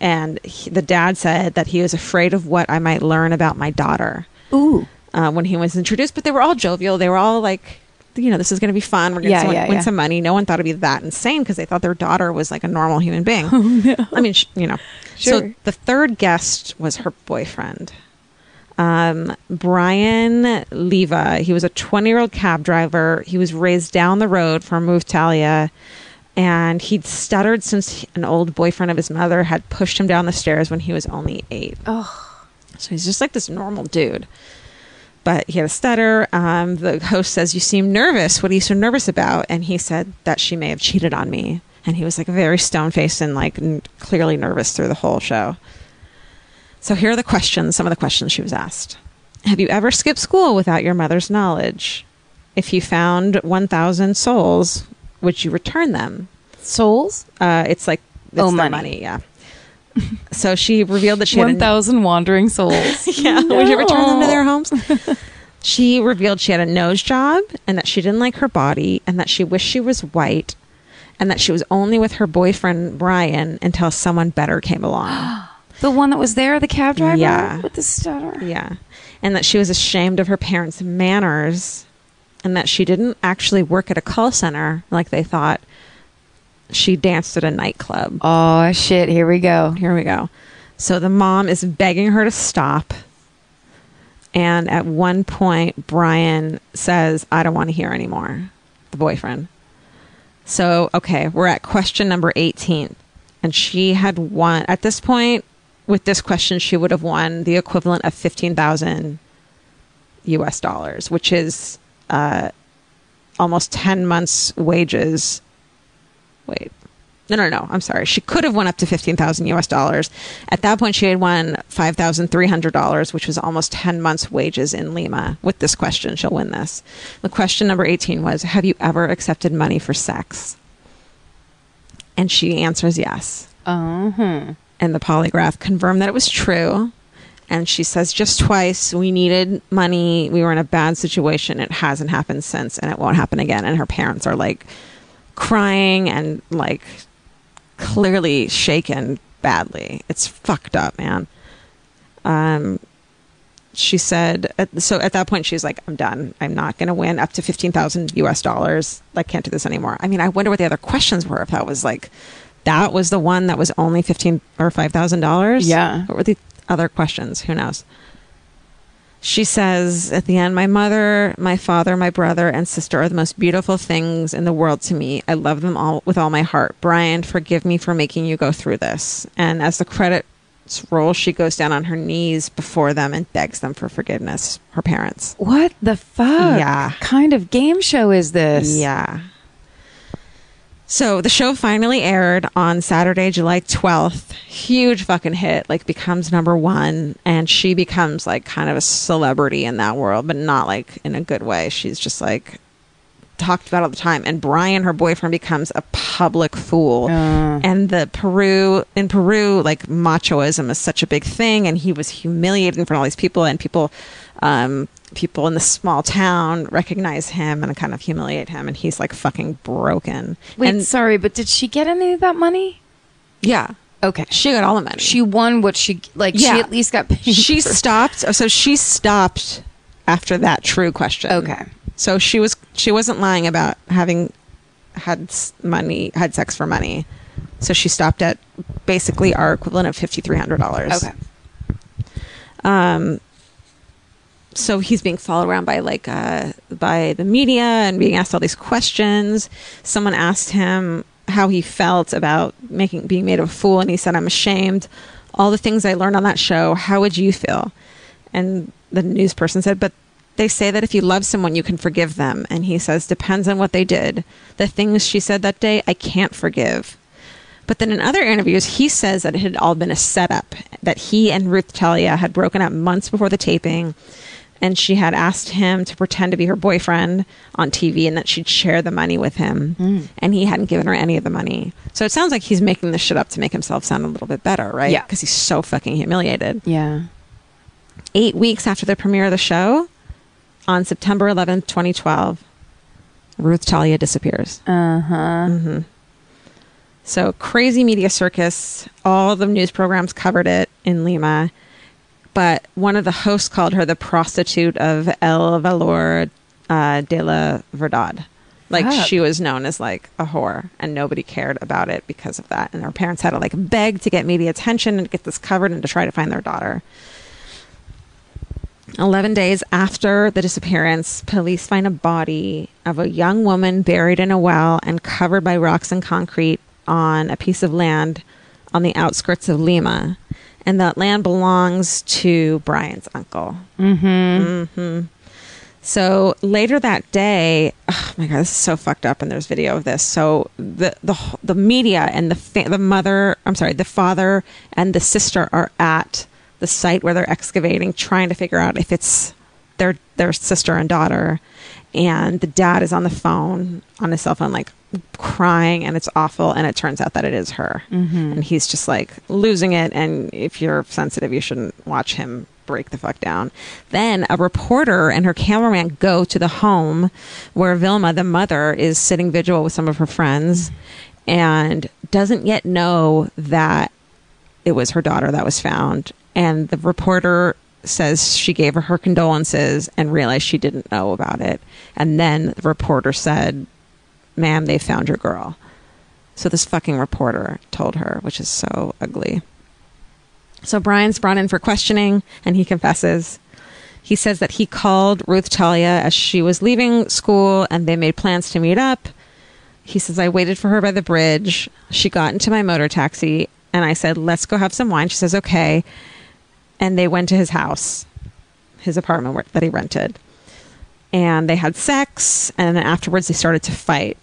S3: and he, the dad said that he was afraid of what I might learn about my daughter. Ooh. Uh, when he was introduced, but they were all jovial. They were all like, you know, this is going to be fun. We're going to
S4: Yeah, yeah,
S3: win
S4: yeah.
S3: some money. No one thought it'd be that insane because they thought their daughter was like a normal human
S4: [LAUGHS]
S3: being.
S4: Oh,
S3: I mean, sh- you know. So
S4: Sure.
S3: the third guest was her boyfriend, um, Brian Leva. He was a 20 year old cab driver. He was raised down the road from Muftalia, and he'd stuttered since he- an old boyfriend of his mother had pushed him down the stairs when he was only eight. Oh. So he's just like this normal dude. But he had a stutter. Um, the host says, You seem nervous. What are you so nervous about? And he said that she may have cheated on me. And he was like very stone faced and like n- clearly nervous through the whole show. So here are the questions, some of the questions she was asked. Have you ever skipped school without your mother's knowledge? If you found 1,000 souls, would you return them?
S4: Souls?
S3: Uh, it's like, it's
S4: Oh,
S3: their
S4: money.
S3: money, yeah. [LAUGHS] So she revealed that she had a-
S4: 1,000 wandering souls.
S3: [LAUGHS] yeah. Would you return them to
S4: No.
S3: their homes? [LAUGHS] she revealed she had a nose job and that she didn't like her body and that she wished she was white and that she was only with her boyfriend Brian until someone better came [GASPS] along.
S4: the one that was there, the cab driver
S3: Yeah.
S4: with the stutter.
S3: yeah. And that she was ashamed of her parents' manners and that she didn't actually work at a call center like they thought. She danced at a nightclub.
S4: Oh, shit. Here we go.
S3: Here we go. So the mom is begging her to stop. And at one point, Brian says, I don't want to hear anymore. The boyfriend. So, okay, we're at question number 18. And she had won, at this point, with this question, she would have won the equivalent of 15,000 US dollars, which is uh, almost 10 months' wages. Wait. No, no, no. I'm sorry. She could have won up to 15,000 US dollars. At that point, she had won $5,300, which was almost 10 months' wages in Lima. With this question, she'll win this. The question number 18 was Have you ever accepted money for sex? And she answers yes
S4: Uh-huh.
S3: and the polygraph confirmed that it was true. And she says, just twice, we needed money. We were in a bad situation. It hasn't happened since, and it won't happen again. And her parents are like crying and like clearly shaken badly. It's fucked up, man. Um, she said, at, so at that point, she's like, I'm done. I'm not going to win up to 15,000 US dollars. I can't do this anymore. I mean, I wonder what the other questions were if that was like, that was the one that was only 15 or $5,000.
S4: Yeah.
S3: What were the other questions? Who knows? She says at the end, My mother, my father, my brother, and sister are the most beautiful things in the world to me. I love them all with all my heart. Brian, forgive me for making you go through this. And as the credits roll, she goes down on her knees before them and begs them for forgiveness, her parents.
S4: What the fuck?
S3: Yeah.
S4: Kind of game show is this?
S3: Yeah. So the show finally aired on Saturday, July 12th. Huge fucking hit, like becomes number one. And she becomes like kind of a celebrity in that world, but not like in a good way. She's just like talked about all the time. And Brian, her boyfriend, becomes a public fool.
S4: Uh.
S3: And the Peru, in Peru, like machoism is such a big thing. And he was humiliated in front of all these people, and people um, people in the small town recognize him and kind of humiliate him, and he's like fucking broken.
S4: Wait,
S3: and
S4: sorry, but did she get any of that money?
S5: Yeah.
S4: Okay.
S5: She got all the money.
S4: She won what she like.
S3: Yeah.
S4: She at least got paid.
S3: she
S4: for-
S3: stopped. So she stopped after that true question.
S4: Okay.
S3: So she was she wasn't lying about having had s- money had sex for money. So she stopped at basically our equivalent of fifty three hundred dollars.
S4: Okay.
S3: Um. So he's being followed around by like uh by the media and being asked all these questions. Someone asked him how he felt about making being made a fool, and he said, "I'm ashamed." All the things I learned on that show. How would you feel? And the news person said, but they say that if you love someone, you can forgive them. And he says, depends on what they did. The things she said that day, I can't forgive. But then in other interviews, he says that it had all been a setup, that he and Ruth Talia had broken up months before the taping. And she had asked him to pretend to be her boyfriend on TV and that she'd share the money with him. And he hadn't given her any of the money. So it sounds like he's making this shit up to make himself sound a little bit better, right?
S4: Yeah.
S3: Because he's so fucking humiliated
S4: Yeah.
S3: eight weeks after the premiere of the show, on September 11th, 2012, Ruth Talia disappears. Mm-hmm.
S4: Uh huh.
S3: So crazy media circus. All the news programs covered it in Lima, but one of the hosts called her the prostitute of El Valor uh, de la Verdad. Like
S4: Fuck.
S3: she was known as like a whore, and nobody cared about it because of that. And her parents had to like beg to get media attention and get this covered and to try to find their daughter. 11 days after the disappearance, police find a body of a young woman buried in a well and covered by rocks and concrete on a piece of land on the outskirts of Lima. And that land belongs to Brian's uncle.
S4: Mm-hmm.
S3: Mm-hmm. So later that day, oh my god, this is so fucked up, and there's video of this. So the the wh- the media and the fa- the mother, I'm sorry, the father and the sister are at the site where they're excavating, trying to figure out if it's their their sister and daughter. And the dad is on the phone on his cell phone, like crying, and it's awful. And it turns out that it is her, and he's just like losing it. And if you're sensitive, you shouldn't watch him break the fuck down. Then a reporter and her cameraman go to the home where Vilma, the mother, is sitting vigil with some of her friends and doesn't yet know that it was her daughter that was found. And the reporter says she gave her her condolences and realized she didn't know about it. And then the reporter said, Ma'am, they found your girl. So this fucking reporter told her, which is so ugly. So Brian's brought in for questioning and he confesses. He says that he called Ruth Talia as she was leaving school and they made plans to meet up. He says, I waited for her by the bridge. She got into my motor taxi and I said, Let's go have some wine. She says, Okay. And they went to his house, his apartment where, that he rented. And they had sex and then afterwards they started to fight.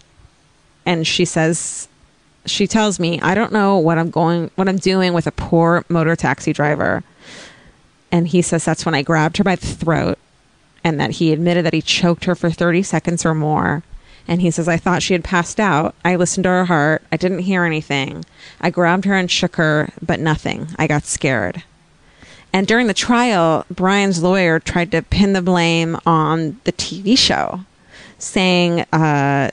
S3: And she says, she tells me i don't know what i'm going what i'm doing with a poor motor taxi driver and he says that's when i grabbed her by the throat and that he admitted that he choked her for 30 seconds or more and he says i thought she had passed out i listened to her heart i didn't hear anything i grabbed her and shook her but nothing i got scared and during the trial, Brian's lawyer tried to pin the blame on the TV show, saying uh,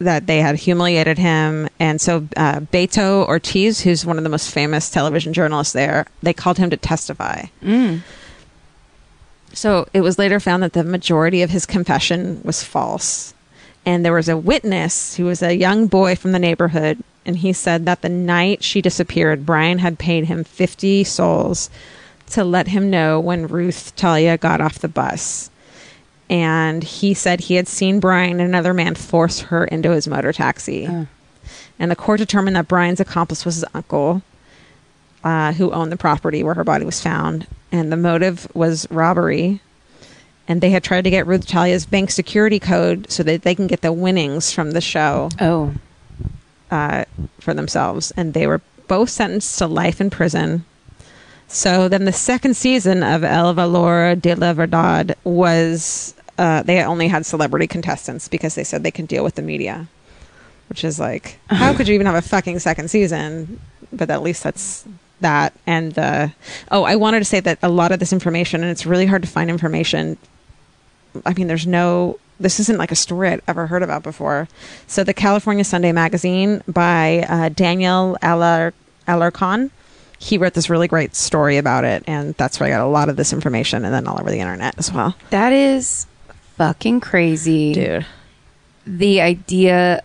S3: that they had humiliated him. And so uh, Beto Ortiz, who's one of the most famous television journalists there, they called him to testify. So it was later found that the majority of his confession was false. And there was a witness who was a young boy from the neighborhood, and he said that the night she disappeared, Brian had paid him 50 souls to let him know when Ruth Talia got off the bus. And he said he had seen Brian and another man force her into his motor taxi. And the court determined that Brian's accomplice was his uncle, uh, who owned the property where her body was found, and the motive was robbery. And they had tried to get Ruth Talia's bank security code so that they can get the winnings from the show
S4: Oh.
S3: uh, for themselves. And they were both sentenced to life in prison. So then the second season of El Valor de la Verdad was, uh, they only had celebrity contestants because they said they can deal with the media, which is like, how could you even have a fucking second season? But at least that's that. And the, oh, I wanted to say that a lot of this information, and it's really hard to find information I mean, there's no, this isn't like a story I'd ever heard about before. So, the California Sunday Magazine by uh, Daniel Alar- Alarcon, he wrote this really great story about it. And that's where I got a lot of this information and then all over the internet as well.
S4: That is fucking crazy.
S5: Dude.
S4: The idea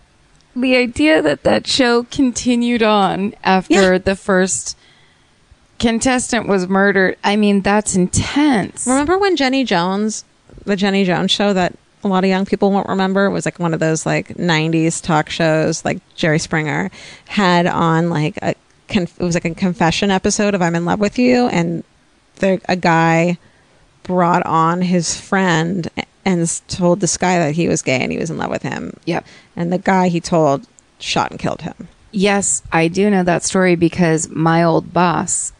S4: the idea that that show continued on after the first contestant was murdered. I mean, that's intense.
S3: Remember when Jenny Jones, the Jenny Jones show that a lot of young people won't remember was like one of those like 90s talk shows like Jerry Springer had on like a conf- it was like a confession episode of I'm in love with you and the a guy brought on his friend a- and s- told this guy that he was gay and he was in love with him.
S4: Yep.
S3: And the guy he told shot and killed him.
S4: Yes, I do know that story because my old boss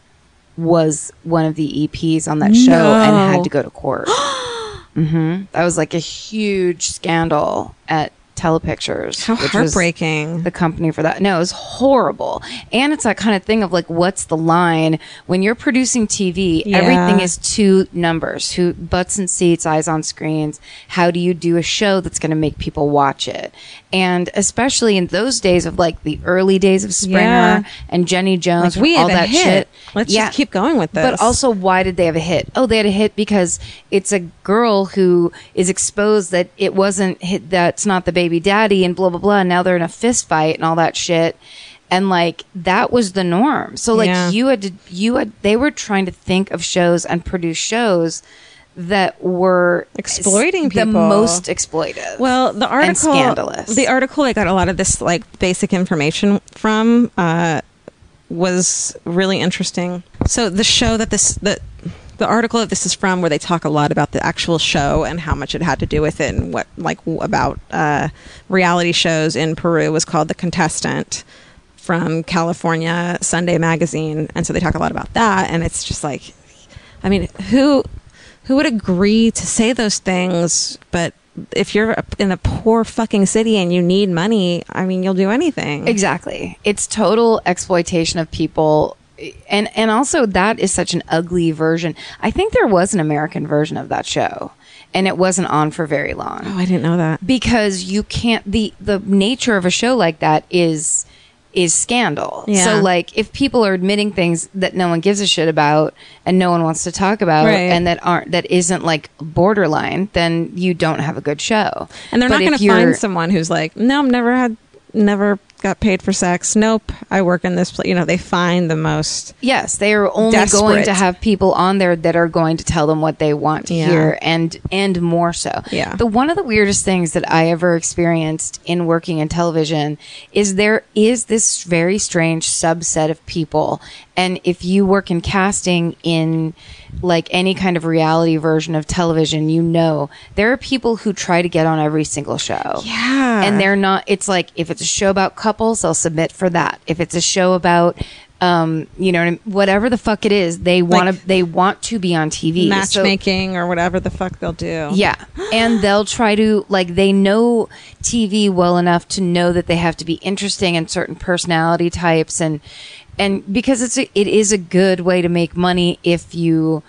S4: was one of the EPs on that show and had to go
S3: [GASPS]
S4: to court. hmm That was like a huge scandal at Telepictures.
S3: How
S4: which was
S3: heartbreaking.
S4: The company for that. No, it was horrible. And it's that kind of thing of like, what's the line? When you're producing TV, everything
S3: Yeah.
S4: is two numbers who butts and seats eyes on screens how do you do a show that's going to make people watch it and especially in those days of like the early days of springer
S3: Yeah.
S4: and jenny jones
S3: Like, we
S4: and all
S3: have a
S4: that
S3: hit.
S4: shit
S3: Let's just keep going with
S4: but
S3: this.
S4: also why did they have a hit oh they had a hit because it's a girl who is exposed that it wasn't hit that's not the baby daddy and blah blah blah and now they're in a fist fight and all that shit and like that was the norm so like
S3: Yeah.
S4: you you had to you had they were trying to think of shows and produce shows that were
S3: Exploiting
S4: the
S3: people.
S4: most exploitive.
S3: Well, the article
S4: and scandalous.
S3: The article I got a lot of this like basic information from uh, was really interesting. So the show that this the the article that this is from, where they talk a lot about the actual show and how much it had to do with it, and what like w- about uh, reality shows in Peru, was called "The Contestant" from California Sunday Magazine, and so they talk a lot about that, and it's just like, I mean, who who would agree to say those things? But if you're a- in a poor fucking city and you need money, I mean, you'll do anything.
S4: Exactly. It's total exploitation of people. And and also that is such an ugly version. I think there was an American version of that show and it wasn't on for very long.
S3: Oh, I didn't know that.
S4: because you can't the the nature of a show like that is is scandal.
S3: Yeah.
S4: So like if people are admitting things that no one gives a shit about and no one wants to talk about
S3: Right.
S4: and that aren't that isn't like borderline, then you don't have a good show.
S3: And they're
S4: But
S3: not
S4: if
S3: going to
S4: you're-
S3: find someone who's like, no, I've never had, never got paid for sex. Nope, I work in this place. You know, they find the most.
S4: Yes, they are only going
S3: Desperate.
S4: to have people on there that are going to tell them what they want to
S3: Yeah.
S4: hear and and more so.
S3: Yeah.
S4: The one of the weirdest things that I ever experienced in working in television is there is this very strange subset of people and if you work in casting in like any kind of reality version of television, you know there are people who try to get on every single show.
S3: Yeah.
S4: And they're not it's like if it's a show about couples, they'll submit for that. If it's a show about um, you know, what I mean? whatever the fuck it is, they want to
S3: Like-
S4: they want to be on TV. So-
S3: Matchmaking or whatever the fuck they'll do.
S4: yeah. And they'll try to, like, they know TV well enough to know that they have to be interesting in certain personality types. And, and because it's, a, it is a good way to make money if you,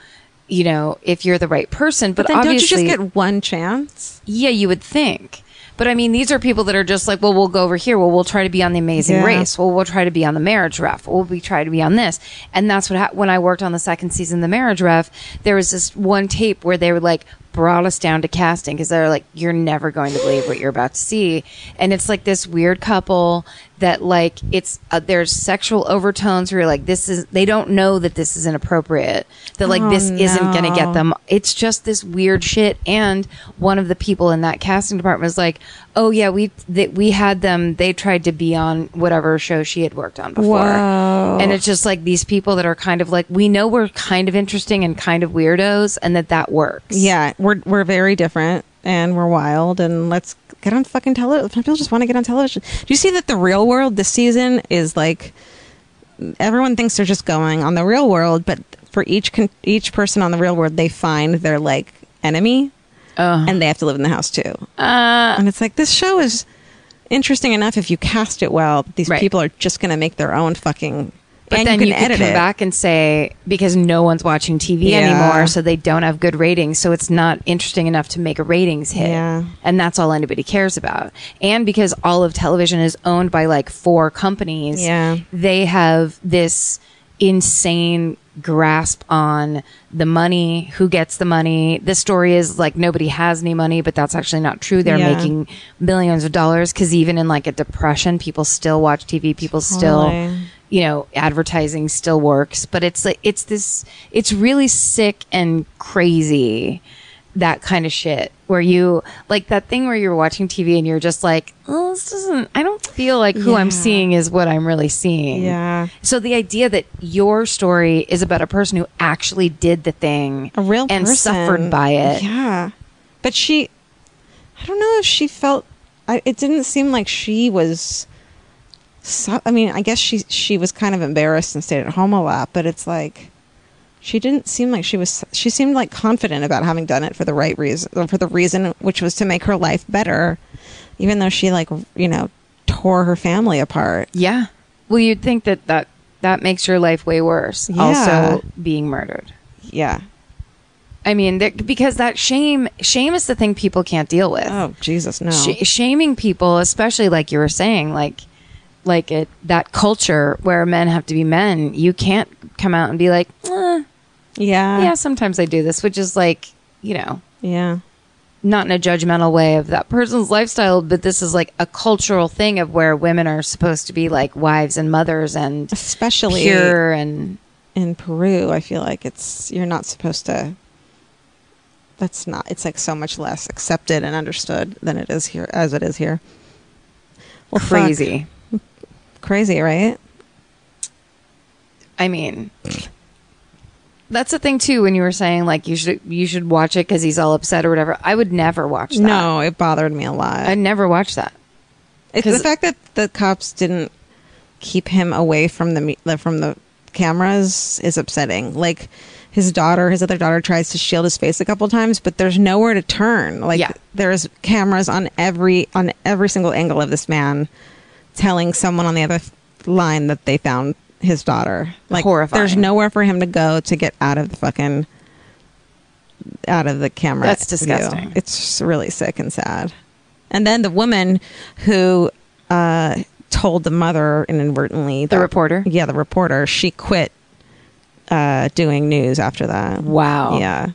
S4: you know, if you're the right person. But,
S3: But then don't you
S4: obviously,
S3: just get one chance?
S4: yeah, you would think. But I mean, these are people that are just like, well, we'll go over here. Well, we'll try to be on the Amazing
S3: Yeah.
S4: Race. Well, we'll try to be on the Marriage Ref. We'll be try to be on this. And that's what ha- when I worked on the second season, of the Marriage Ref, there was this one tape where they were like brought us down to casting because they're like, you're never going to believe what you're about to see. And it's like this weird couple that like it's uh, there's sexual overtones where you're like, this is they don't know that this is inappropriate. That like this isn't going to get them. It's just this weird shit. And one of the people in that casting department was like, "Oh yeah, we that we had them. They tried to be on whatever show she had worked on before." And it's just like these people that are kind of like, we know we're kind of interesting and kind of weirdos, and that that works.
S3: Yeah, we're we're very different and we're wild and let's get on fucking television. People just want to get on television. Do you see that the real world this season is like everyone thinks they're just going on the real world, but for each con- each person on the real world, they find their like enemy, and they have to live in the house too.
S4: Uh,
S3: and it's like this show is interesting enough if you cast it well. But these
S4: Right.
S3: people are just going to make their own fucking
S4: But
S3: and
S4: then
S3: you
S4: you,
S3: can
S4: could
S3: edit
S4: come
S3: it.
S4: back and say because no one's watching TV
S3: Yeah.
S4: anymore, so they don't have good ratings, so it's not interesting enough to make a ratings hit,
S3: Yeah.
S4: and that's all anybody cares about. And because all of television is owned by like four companies,
S3: Yeah.
S4: they have this insane grasp on the money, who gets the money. The story is like nobody has any money, but that's actually not true. They're
S3: Yeah.
S4: making millions of dollars because even in like a depression, people still watch TV, people still,
S3: Totally.
S4: you know, advertising still works. But it's like, it's this, it's really sick and crazy. That kind of shit where you like that thing where you're watching TV and you're just like, oh, this doesn't, I don't feel like who I'm
S3: Yeah.
S4: seeing is what I'm really seeing.
S3: Yeah.
S4: So the idea that your story is about a person who actually did the thing,
S3: a real
S4: and
S3: person.
S4: suffered by it.
S3: Yeah, but she, I don't know if she felt. I, it didn't seem like she was. So, I mean, I guess she she was kind of embarrassed and stayed at home a lot, but it's like she didn't seem like she was. She seemed like confident about having done it for the right reason, for the reason which was to make her life better, even though she like you know tore her family apart.
S4: Yeah. Well, you'd think that that that makes your life way worse.
S3: Yeah.
S4: Also being murdered.
S3: Yeah.
S4: I mean, there, because that shame shame is the thing people can't deal with.
S3: Oh Jesus, no.
S4: Sh- shaming people, especially like you were saying, like like it that culture where men have to be men. You can't come out and be like, eh,
S3: yeah.
S4: yeah, sometimes I do this, which is like, you know,
S3: Yeah.
S4: not in a judgmental way of that person's lifestyle, but this is like a cultural thing of where women are supposed to be like wives and mothers and
S3: Especially
S4: pure and
S3: in Peru, I feel like it's you're not supposed to. That's not. It's like so much less accepted and understood than it is here, as it is here. Well, fuck.
S4: crazy.
S3: crazy, right?
S4: I mean, that's the thing too. When you were saying like you should you should watch it because he's all upset or whatever, I would never watch that.
S3: No, it bothered me a lot.
S4: I never watch that.
S3: it's the
S4: 'cause-
S3: fact that the cops didn't keep him away from the me- the- from the cameras is upsetting. Like his daughter, his other daughter tries to shield his face a couple times, but there's nowhere to turn. Like
S4: Yeah.
S3: there's cameras on every on every single angle of this man telling someone on the other th- line that they found his daughter. Like
S4: Horrifying.
S3: there's nowhere for him to go to get out of the fucking out of the camera.
S4: That's
S3: view.
S4: disgusting.
S3: It's just really sick and sad. And then the woman who uh, told the mother inadvertently,
S4: The reporter?
S3: yeah, the reporter, she quit uh, doing news after that.
S4: Wow.
S3: Yeah,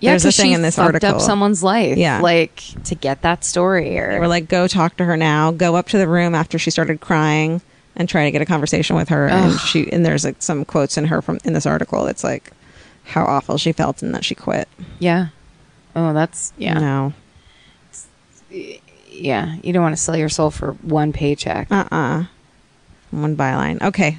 S4: Yeah,
S3: There's a
S4: 'cause
S3: thing
S4: she
S3: in this
S4: fucked
S3: article.
S4: up someone's life.
S3: Yeah.
S4: like to get that story
S3: they
S4: or
S3: were like, go talk to her now. Go up to the room after she started crying and try to get a conversation with her. And she and there's like some quotes in her from in this article. It's like how awful she felt and that she quit.
S4: yeah. Oh, that's yeah,
S3: No.
S4: yeah. You don't want to sell your soul for one paycheck.
S3: Uh-uh. One byline. Okay.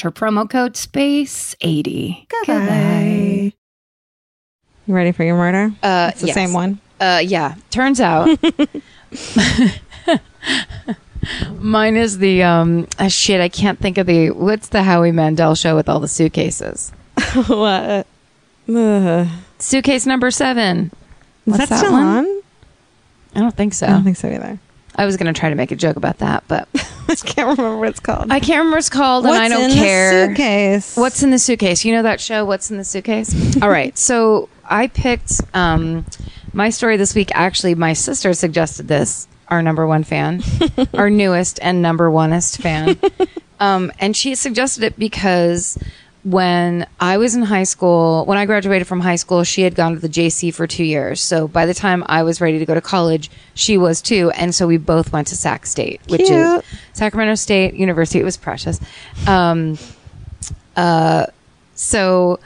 S1: promo code SPACE80.
S2: Goodbye.
S3: You ready for your murder?
S4: Uh,
S3: It's the
S4: yes.
S3: same one.
S4: uh, yeah, turns out [LAUGHS] mine is the um ah, shit. I can't think of the what's the Howie Mandel show with all the suitcases.
S3: what? Ugh.
S4: Suitcase number seven.
S3: Is
S4: What's
S3: that,
S4: that
S3: still
S4: one?
S3: on?
S4: I don't think so.
S3: I don't think so either.
S4: I was gonna try to make a joke about that, but
S3: [LAUGHS] I can't remember what it's called.
S4: I can't remember what it's called, and I don't
S3: in
S4: care.
S3: The suitcase?
S4: What's in the suitcase? You know that show, What's in the Suitcase? All right. So I picked um, my story this week. Actually, my sister suggested this, our number one fan, our newest and number oneest fan. Um, and she suggested it because when I was in high school, when I graduated from high school, she had gone to the JC for two years. So by the time I was ready to go to college, she was too. And so we both went to Sac State, which
S3: Cute.
S4: is Sacramento State University. It was precious. Um, so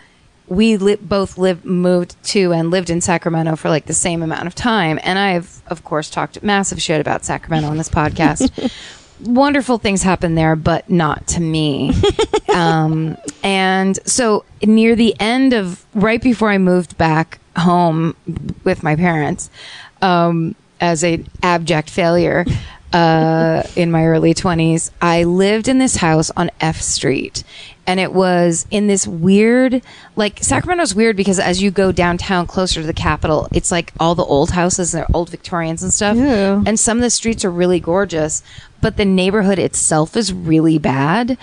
S4: we li- both lived moved to and lived in Sacramento for like the same amount of time and I've of course talked massive shit about Sacramento on this podcast. Wonderful things happen there but not to me. um and so near the end of right before I moved back home with my parents um as an abject failure uh, in my early 20s, I lived in this house on F Street. And it was in this weird, like, Sacramento's weird because as you go downtown closer to the Capitol, it's like all the old houses and they're old Victorians and stuff.
S3: Ew.
S4: And some of the streets are really gorgeous, but the neighborhood itself is really bad.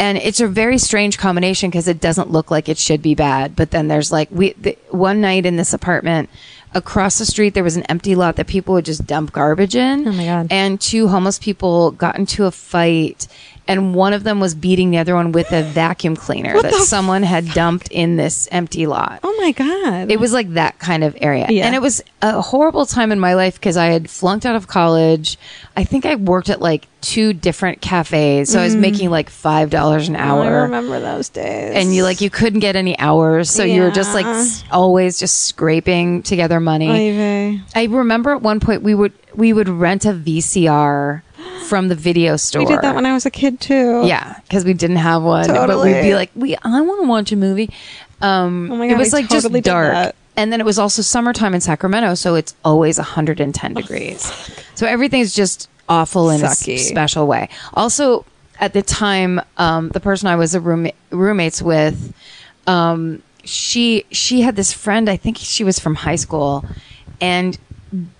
S4: And it's a very strange combination because it doesn't look like it should be bad. But then there's like, we, the, one night in this apartment, across the street there was an empty lot that people would just dump garbage in. Oh
S3: my God.
S4: And two homeless people got into a fight and one of them was beating the other one with a vacuum cleaner that someone had dumped in this empty lot.
S3: Oh my god!
S4: It was like that kind of area.
S3: Yeah.
S4: And it was a horrible time in my life because I had flunked out of college. I think I worked at like two different cafes. So I was making like $5 an
S3: Mm-hmm. Oh, I
S4: hour
S3: remember those days.
S4: and you like you couldn't get any hours so you were just like
S3: Yeah.
S4: s- always just scraping together money
S3: Oy vey.
S4: i remember at one point we would we would rent a vcr from the video store
S3: we did that when I was a kid too.
S4: yeah because we didn't have one but
S3: Totally.
S4: we'd be like we i want to watch a movie um
S3: Oh my
S4: it
S3: God,
S4: was
S3: I
S4: like
S3: totally
S4: just
S3: did that.
S4: dark and then it was also summertime in sacramento so it's always 110 degrees so everything's just awful in a
S3: Oh, Sucky.
S4: s- special way also at the time um the person i was a room roommates with um she she had this friend i think she was from high school and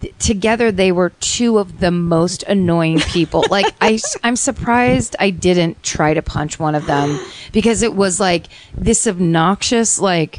S4: th- together they were two of the most annoying
S3: [LAUGHS]
S4: people like i i'm surprised i didn't try to punch one
S3: [GASPS]
S4: of them because it was like this obnoxious like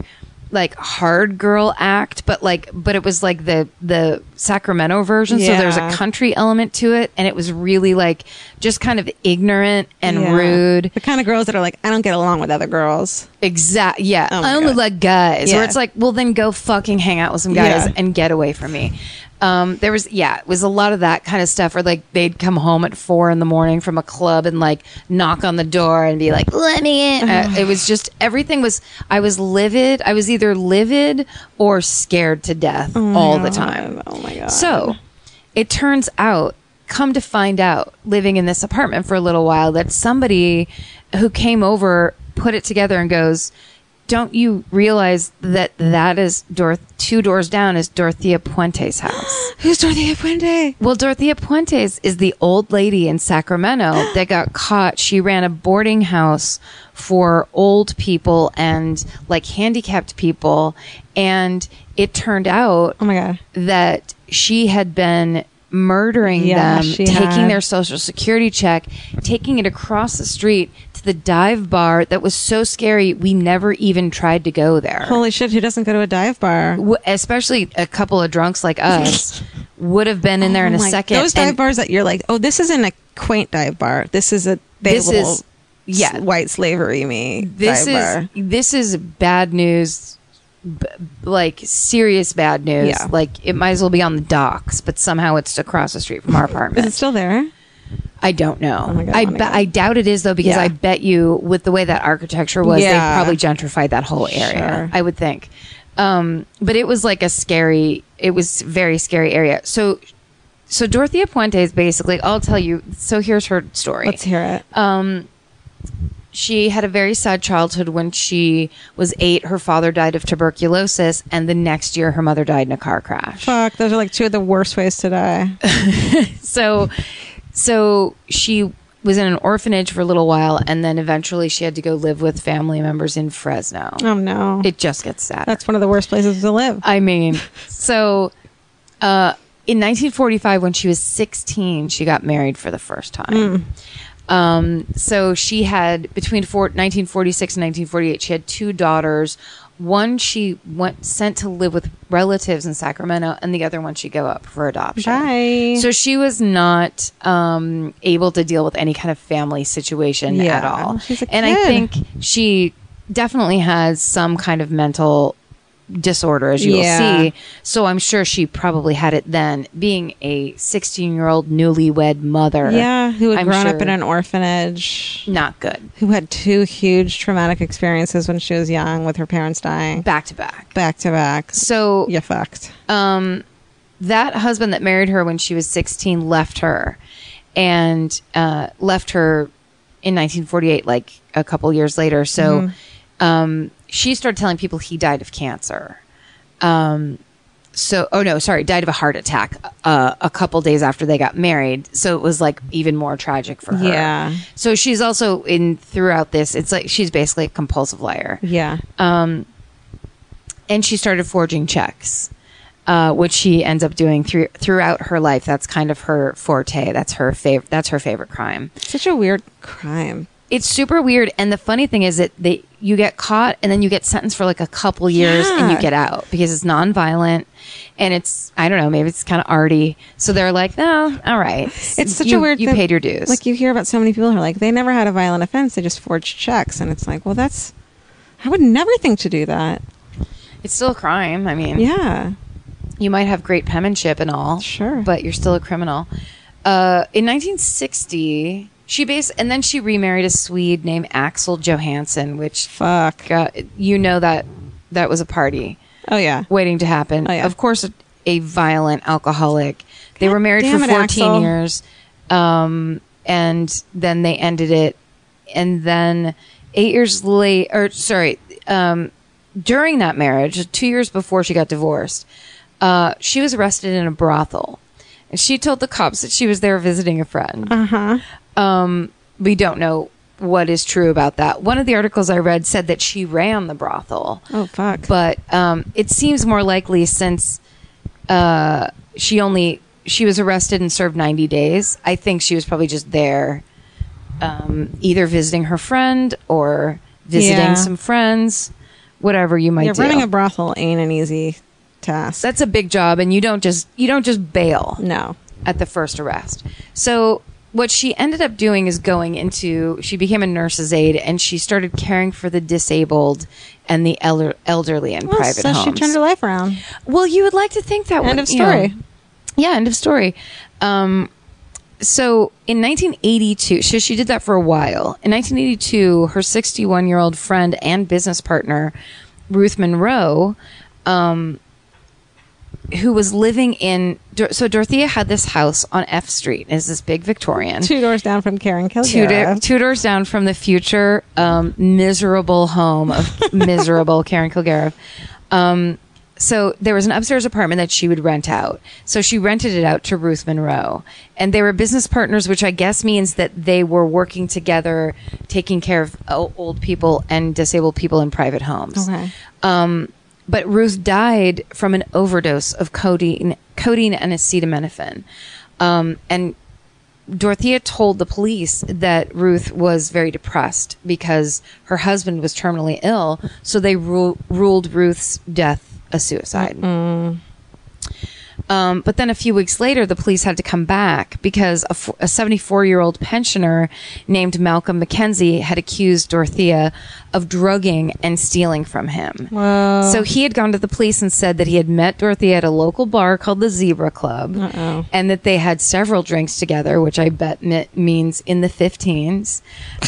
S4: like hard girl act but like but it was like the the sacramento version so there's a
S3: Yeah.
S4: country element to it and it was really like just kind of ignorant and
S3: Yeah.
S4: rude
S3: The kind of girls that are like, I don't get along with other girls.
S4: Exact. Yeah.
S3: Oh my
S4: I only
S3: God.
S4: like guys. Where
S3: Yeah.
S4: it's like, well, then go fucking hang out with some guys
S3: Yeah.
S4: and get away from me. Um, there was, yeah, it was a lot of that kind of stuff. Or like they'd come home at four in the morning from a club and like knock on the door and be like, let
S3: [SIGHS]
S4: me in. Uh, it was just everything was, I was livid. I was either livid or scared to death all the time.
S3: Oh my god!
S4: So it turns out, come to find out, living in this apartment for a little while, that somebody who came over put it together and goes, don't you realize that that is Dor- two doors down is Dorothea Puente's house? [GASPS]
S3: who's Dorothy Puente?
S4: well, Dorothea Puentes is the old lady
S3: [GASPS]
S4: in Sacramento that got caught. She ran a boarding house for old people and like handicapped people. And it turned out
S3: Oh my god!
S4: that she had been murdering
S3: Yeah,
S4: them,
S3: she
S4: taking
S3: had.
S4: their social security check, taking it across the street to the dive bar that was so scary we never even tried to go there.
S3: Holy shit! Who doesn't go to a dive bar?
S4: W- Especially a couple of
S3: [LAUGHS]
S4: drunks like us would have been in there in a
S3: Oh my-
S4: second.
S3: Those dive
S4: and
S3: bars that you're like, oh, this isn't a quaint dive bar. This is a they
S4: This
S3: will
S4: is-
S3: s-
S4: yeah.
S3: white slavery me.
S4: this
S3: dive
S4: is
S3: bar.
S4: this is bad news. b- Like serious bad news.
S3: Yeah.
S4: Like it might as well be on the docks, but somehow it's across the street from our apartment.
S3: [LAUGHS] Is it still there?
S4: I don't know.
S3: my God, I
S4: I
S3: wanna
S4: be-
S3: go.
S4: I doubt it is though because
S3: Yeah.
S4: I bet you with the way that architecture was,
S3: Yeah.
S4: they probably gentrified that whole
S3: Sure.
S4: area. I would think. Um, but it was like a scary. It was very scary area. So, so Dorothea Puente is basically. I'll tell you. So here's her story
S3: Let's hear it.
S4: um, she had a very sad childhood when she was eight. Her father died of tuberculosis, and the next year her mother died in a car crash.
S3: Fuck, those are like two of the worst ways to die.
S4: so so she was in an orphanage for a little while and then eventually she had to go live with family members in Fresno.
S3: Oh no.
S4: It just gets sad.
S3: That's one of the worst places to live.
S4: I mean, so uh, in 1945, when she was 16, she got married for the first
S3: Hmm.
S4: time. Um, so she had between four, 1946 and 1948, she had two daughters. One she went sent to live with relatives in Sacramento, and the other one she gave up for adoption.
S3: Bye.
S4: So she was not um, able to deal with any kind of family situation at
S3: Yeah.
S4: all.
S3: She's a
S4: and I
S3: kid.
S4: think she definitely has some kind of mental disorder, as you
S3: Yeah.
S4: will see. So I'm sure she probably had it then, being a 16 year old newlywed mother.
S3: yeah, who had
S4: I'm
S3: grown up
S4: sure
S3: in an orphanage,
S4: Not good.
S3: who had two huge traumatic experiences when she was young with her parents dying
S4: Back to back.
S3: back to back.
S4: So
S3: You fucked.
S4: um, that husband that married her when she was 16 left her and uh, left her in 1948 like a couple years later so um, she started telling people he died of cancer um, so oh no sorry died of a heart attack uh, a couple days after they got married so it was like even more tragic for her
S3: Yeah.
S4: so she's also in throughout this it's like she's basically a compulsive liar
S3: Yeah.
S4: and she started forging checks, uh, which she ends up doing through, throughout her life. That's kind of her forte. That's her favorite. That's her favorite crime.
S3: Such a weird crime.
S4: It's super weird. And the funny thing is that they you get caught and then you get sentenced for like a couple years and you
S3: Yeah.
S4: get out because it's nonviolent and it's I don't know maybe it's kind of arty. So they're like, oh, all right.
S3: It's such
S4: You-
S3: a weird
S4: You
S3: thing.
S4: paid your dues.
S3: Like you hear about so many people who are like, they never had a violent offense, they just forged checks. And it's like, well, that's, I would never think to do that.
S4: it's still a crime. I mean,
S3: Yeah.
S4: you might have great penmanship and all,
S3: Sure.
S4: but you're still a criminal. Uh, in 1960, she based, and then she remarried a Swede named Axel Johansson, which
S3: Fuck.
S4: got, you know that that was a party
S3: Oh, yeah.
S4: waiting to happen.
S3: Oh, yeah.
S4: Of course, a, a violent alcoholic. They were married
S3: damn
S4: for
S3: it,
S4: 14
S3: Axel.
S4: years, um, and then they ended it. And then eight years late, or sorry, um, during that marriage, two years before she got divorced, uh, she was arrested in a brothel. And she told the cops that she was there visiting a friend.
S3: Uh-huh.
S4: Uh huh. Um, we don't know what is true about that. One of the articles I read said that she ran the brothel
S3: Oh, fuck.
S4: but um, it seems more likely since uh, she only she was arrested and served 90 days i think she was probably just there um, either visiting her friend or visiting
S3: Yeah.
S4: some friends whatever you might
S3: yeah,
S4: do
S3: running a brothel ain't an easy task.
S4: that's a big job and you don't just you don't just bail
S3: no.
S4: at the first arrest. So what she ended up doing is going into she became a nurse's aide and she started caring for the disabled and the elder, elderly in
S3: Well,
S4: private
S3: so
S4: homes.
S3: she turned her life around.
S4: Well, you would like to think that.
S3: End
S4: would-
S3: of
S4: you know.
S3: story.
S4: yeah, end of story. Um, so in 1982, so she did that for a while. In 1982, her 61 year old friend and business partner, Ruth Monroe, um, who was living in Dor- so Dorothea had this house on F Street. It's this big Victorian
S3: Two doors down from Karen
S4: two, do-
S3: Kilgariff.
S4: two doors down from the future um, miserable home of miserable Karen Kilgariff. Um, so there was an upstairs apartment that she would rent out. So she rented it out to Ruth Monroe, and they were business partners, which I guess means that they were working together, taking care of o- old people and disabled people in private homes.
S3: Okay.
S4: Um, but Ruth died from an overdose of codeine, codeine and acetaminophen. Um, and Dorothea told the police that Ruth was very depressed because her husband was terminally ill, so they ru- ruled Ruth's death a suicide. Um, but then a few weeks later, the police had to come back because a 74 year old pensioner named Malcolm McKenzie had accused Dorothea of drugging and stealing from him. So he had gone to the police and said that he had met Dorothea at a local bar called the Zebra Club and that they had several drinks together, which I bet me- means in the 15s.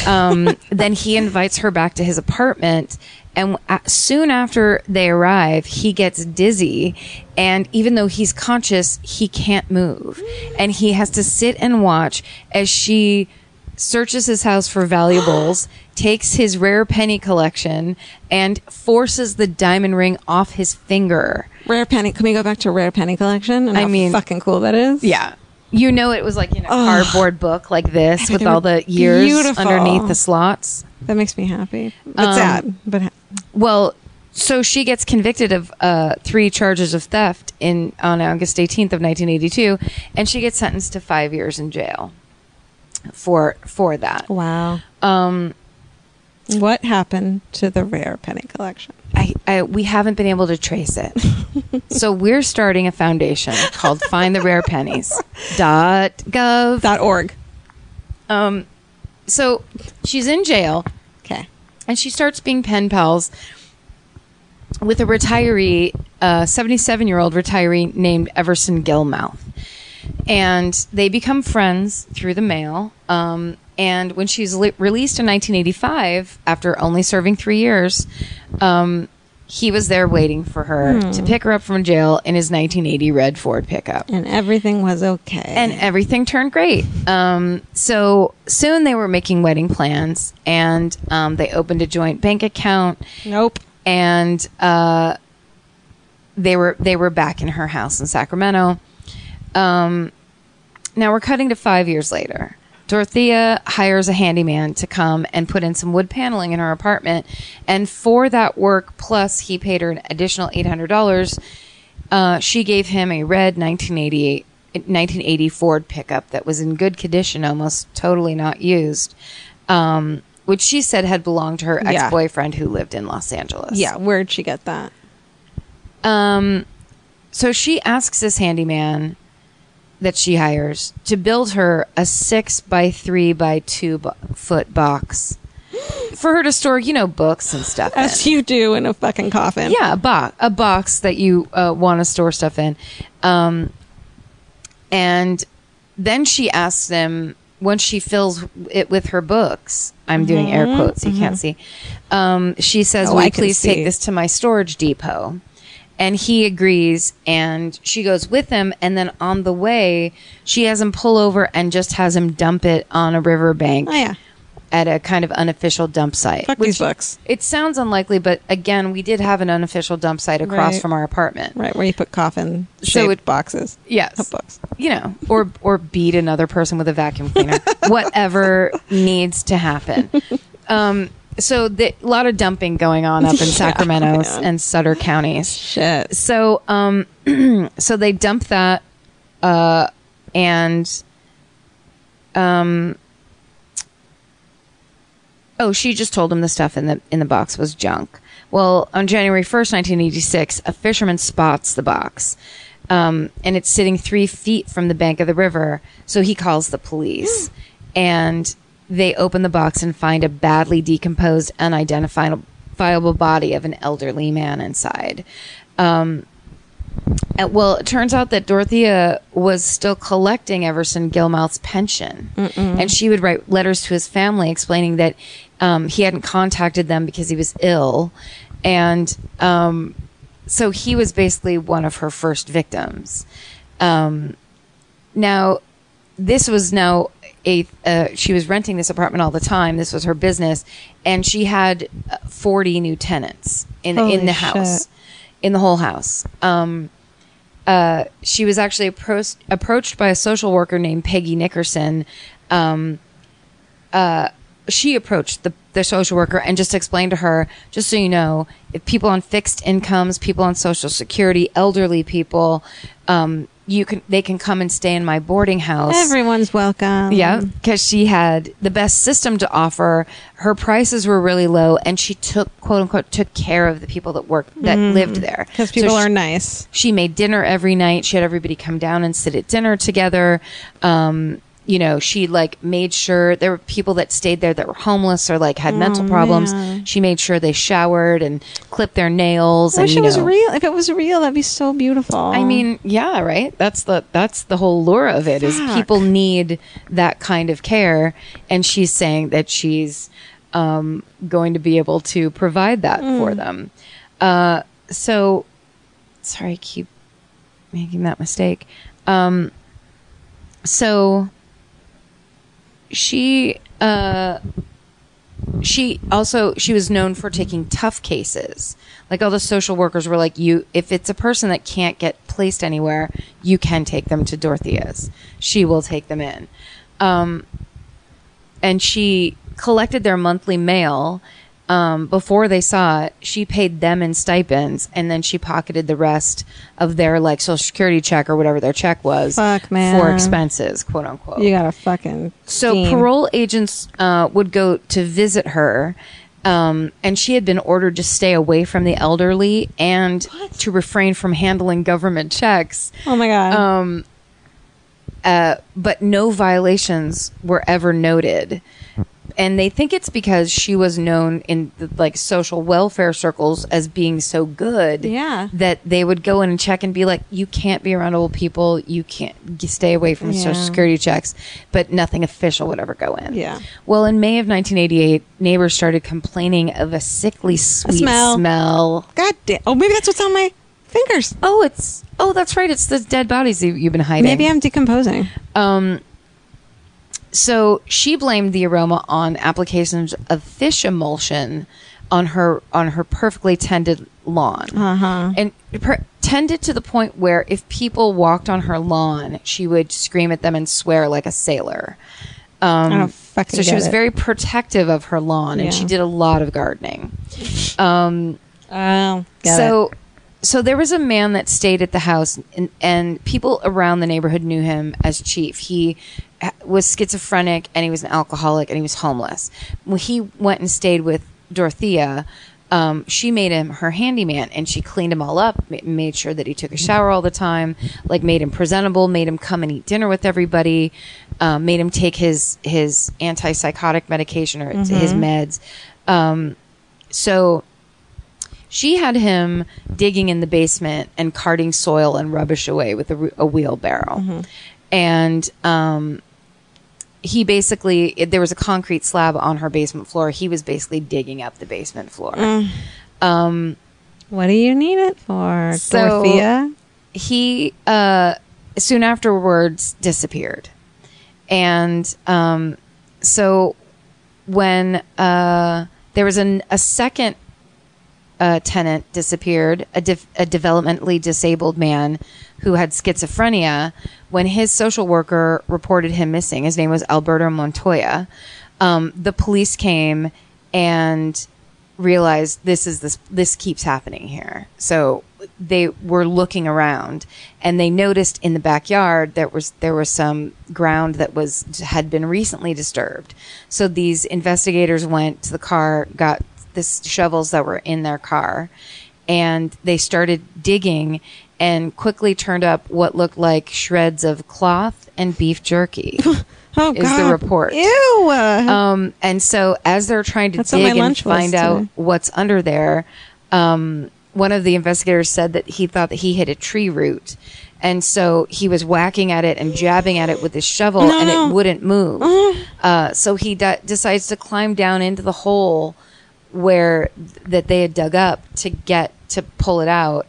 S4: Um, [LAUGHS] then he invites her back to his apartment. And w- a- soon after they arrive, he gets dizzy. And even though he's conscious, he can't move. And he has to sit and watch as she searches his house for valuables,
S3: [GASPS]
S4: takes his rare penny collection, and forces the diamond ring off his finger.
S3: Rare penny. Can we go back to rare penny collection? And
S4: I
S3: how
S4: mean-
S3: fucking cool that is.
S4: Yeah. You know it was like in a cardboard book like this with
S3: they
S4: all
S3: were
S4: the years
S3: beautiful.
S4: underneath the slots.
S3: that makes me happy. But
S4: Um,
S3: sad. But ha-
S4: Well, so she gets convicted of uh, three charges of theft in on August 18th of 1982, and she gets sentenced to five years in jail for for that.
S3: wow.
S4: Um,
S3: What happened to the rare penny collection?
S4: I, I we haven't been able to
S3: [LAUGHS]
S4: trace it, so we're starting a foundation called Find the Rare Pennies dot
S3: [LAUGHS]
S4: gov.
S3: Dot org.
S4: Um, so she's in jail.
S3: Okay.
S4: and she starts being pen pals with a retiree, a 77 year old retiree named Everson Gilmouth. And they become friends through the mail. Um, and when she's li- released in 1985, after only serving three years, um, he was there waiting for her to pick her up from jail in his 1980 red Ford pickup
S3: And everything was okay.
S4: and everything turned great. Um, so soon they were making wedding plans, and um, they opened a joint bank account,
S3: nope.
S4: and uh, they were they were back in her house in Sacramento. Um, now we're cutting to five years later. Dorothea hires a handyman to come and put in some wood paneling in her apartment, and for that work, plus he paid her an additional eight hundred dollars. Uh, she gave him a red 1988, 1980 Ford pickup that was in good condition, almost totally not used, um, which she said had belonged to her
S3: Yeah.
S4: ex-boyfriend who lived in Los Angeles.
S3: Yeah. Where'd she get that?
S4: Um, so she asks this handyman that she hires to build her a six by three by two bo- foot box [GASPS] for her to store, you know, books and stuff. in.
S3: As you do in a fucking coffin.
S4: Yeah, a box, a box that you uh, want to store stuff in. Um, and then she asks them once she fills it with her books. I'm doing air quotes. You can't see. Um, she says,
S3: Mm-hmm. Oh,
S4: "Will
S3: I
S4: you
S3: can
S4: please
S3: see.
S4: take this to my storage depot?" And he agrees, and she goes with him. And then on the way, she has him pull over and just has him dump it on a riverbank
S3: Oh yeah.
S4: at a kind of unofficial dump site.
S3: Fuck these books.
S4: It sounds unlikely, but again, we did have an unofficial dump site across
S3: Right.
S4: from our apartment.
S3: Right where you put coffin shaped
S4: So it-
S3: boxes.
S4: Yes.
S3: Books.
S4: You know, or or beat another person with a vacuum
S3: [LAUGHS]
S4: cleaner. Whatever needs to happen. Um so the, a lot of dumping going on
S3: [LAUGHS]
S4: up in Sacramento and Sutter counties.
S3: Shit.
S4: So um [CLEARS THROAT] so they dump that uh and um Oh, she just told him the stuff in the in the box was junk. Well, on January 1st, 1986, a fisherman spots the box. Um, and it's sitting three feet from the bank of the river. So he calls the police. and they open the box and find a badly decomposed, unidentifiable body of an elderly man inside. Um, and, Uh, well, it turns out that Dorothea was still collecting Everson Gilmouth's pension, and she would write letters to his family explaining that um, he hadn't contacted them because he was ill, and um, so he was basically one of her first victims. Um, now, this was now a uh, she was renting this apartment all the time. This was her business, and she had uh, forty new tenants in in the house, in the whole house. Um, uh, she was actually approached approached by a social worker named Peggy Nickerson. Um, uh, she approached the, the social worker and just explained to her, just so you know, if people on fixed incomes, people on social security, elderly people, um, you can they can come and stay in my boarding house.
S3: Everyone's welcome.
S4: Yeah, because she had the best system to offer. Her prices were really low, and she took quote unquote took care of the people that worked that lived there
S3: Because Mm. people
S4: So she-
S3: are nice.
S4: she made dinner every night. She had everybody come down and sit at dinner together. Um, you know, she like made sure there were people that stayed there that were homeless or like had mental
S3: Oh,
S4: problems. She made sure they showered and clipped their nails.
S3: I
S4: and
S3: wish
S4: you
S3: it was
S4: know-
S3: real. If it was real, that'd be so beautiful.
S4: I mean, yeah, right. That's the that's the whole lure of it is
S3: Fuck.
S4: people need that kind of care, and she's saying that she's um, going to be able to provide that for them. Uh, so, sorry, I keep making that mistake. Um, so she she also she was known for taking tough cases like all the social workers were like you if it's a person that can't get placed anywhere you can take them to dorothea's she will take them in um, and she collected their monthly mail um, before they saw it she paid them in stipends and then she pocketed the rest of their like social security check or whatever their check was
S3: Fuck, man.
S4: for expenses quote unquote
S3: You got to fucking.
S4: so
S3: scheme.
S4: parole agents uh, would go to visit her, um, and she had been ordered to stay away from the elderly and to refrain from handling government checks.
S3: Oh my god.
S4: But no violations were ever noted, and they think it's because she was known in the, like social welfare circles as being so good.
S3: Yeah.
S4: that they would go in and check and be like, "You can't be around old people. You can't g- stay away from social
S3: Yeah.
S4: security checks." But nothing official would ever go in.
S3: Yeah.
S4: Well, in May of 1988, neighbors started complaining of a sickly sweet smell.
S3: smell. god damn. Oh, maybe that's what's on my fingers.
S4: Oh, it's oh, that's right. It's the dead bodies you, you've been hiding.
S3: Maybe I'm decomposing.
S4: so she blamed the aroma on applications of fish emulsion on her on her perfectly tended lawn
S3: Uh-huh.
S4: and per- tended to the point where if people walked on her lawn she would scream at them and swear like a sailor um,
S3: I don't fucking
S4: so she
S3: get
S4: was
S3: it.
S4: very protective of her lawn and she
S3: Yeah.
S4: did a lot of gardening
S3: Oh,
S4: so so there was a man that stayed at the house and, and people around the neighborhood knew him as chief he ha- was schizophrenic and he was an alcoholic and he was homeless when he went and stayed with dorothea um, she made him her handyman and she cleaned him all up ma- made sure that he took a shower all the time like made him presentable made him come and eat dinner with everybody um, made him take his his antipsychotic medication or his meds um, so she had him digging in the basement and carting soil and rubbish away with a, re- a wheelbarrow. And um, he basically, it, there was a concrete slab on her basement floor. He was basically digging up the basement floor. Um,
S3: What do you need it for,
S4: So-
S3: Dorothea?
S4: He uh, soon afterwards disappeared. And um, so when uh, there was an, a second uh, tenant disappeared, a, def- a developmentally disabled man who had schizophrenia, when his social worker reported him missing, his name was Alberto Montoya. Um, the police came and realized this is this this keeps happening here. So they were looking around and they noticed in the backyard there was there was some ground that was had been recently disturbed. So these investigators went to the car, got this shovels that were in their car and they started digging and quickly turned up what looked like shreds of cloth and beef
S3: [LAUGHS]
S4: jerky
S3: Oh,
S4: is the
S3: God.
S4: report
S3: Ew. Uh,
S4: um, and so as they're trying to
S3: That's on
S4: dig
S3: my
S4: and
S3: lunch
S4: find
S3: list
S4: out
S3: today.
S4: what's under there, um, one of the investigators said that he thought that he hit a tree root, and so he was whacking at it and jabbing at it with his shovel, and it wouldn't move.
S3: Uh-huh.
S4: Uh, so he de- decides to climb down into the hole where th- that they had dug up to get to pull it out,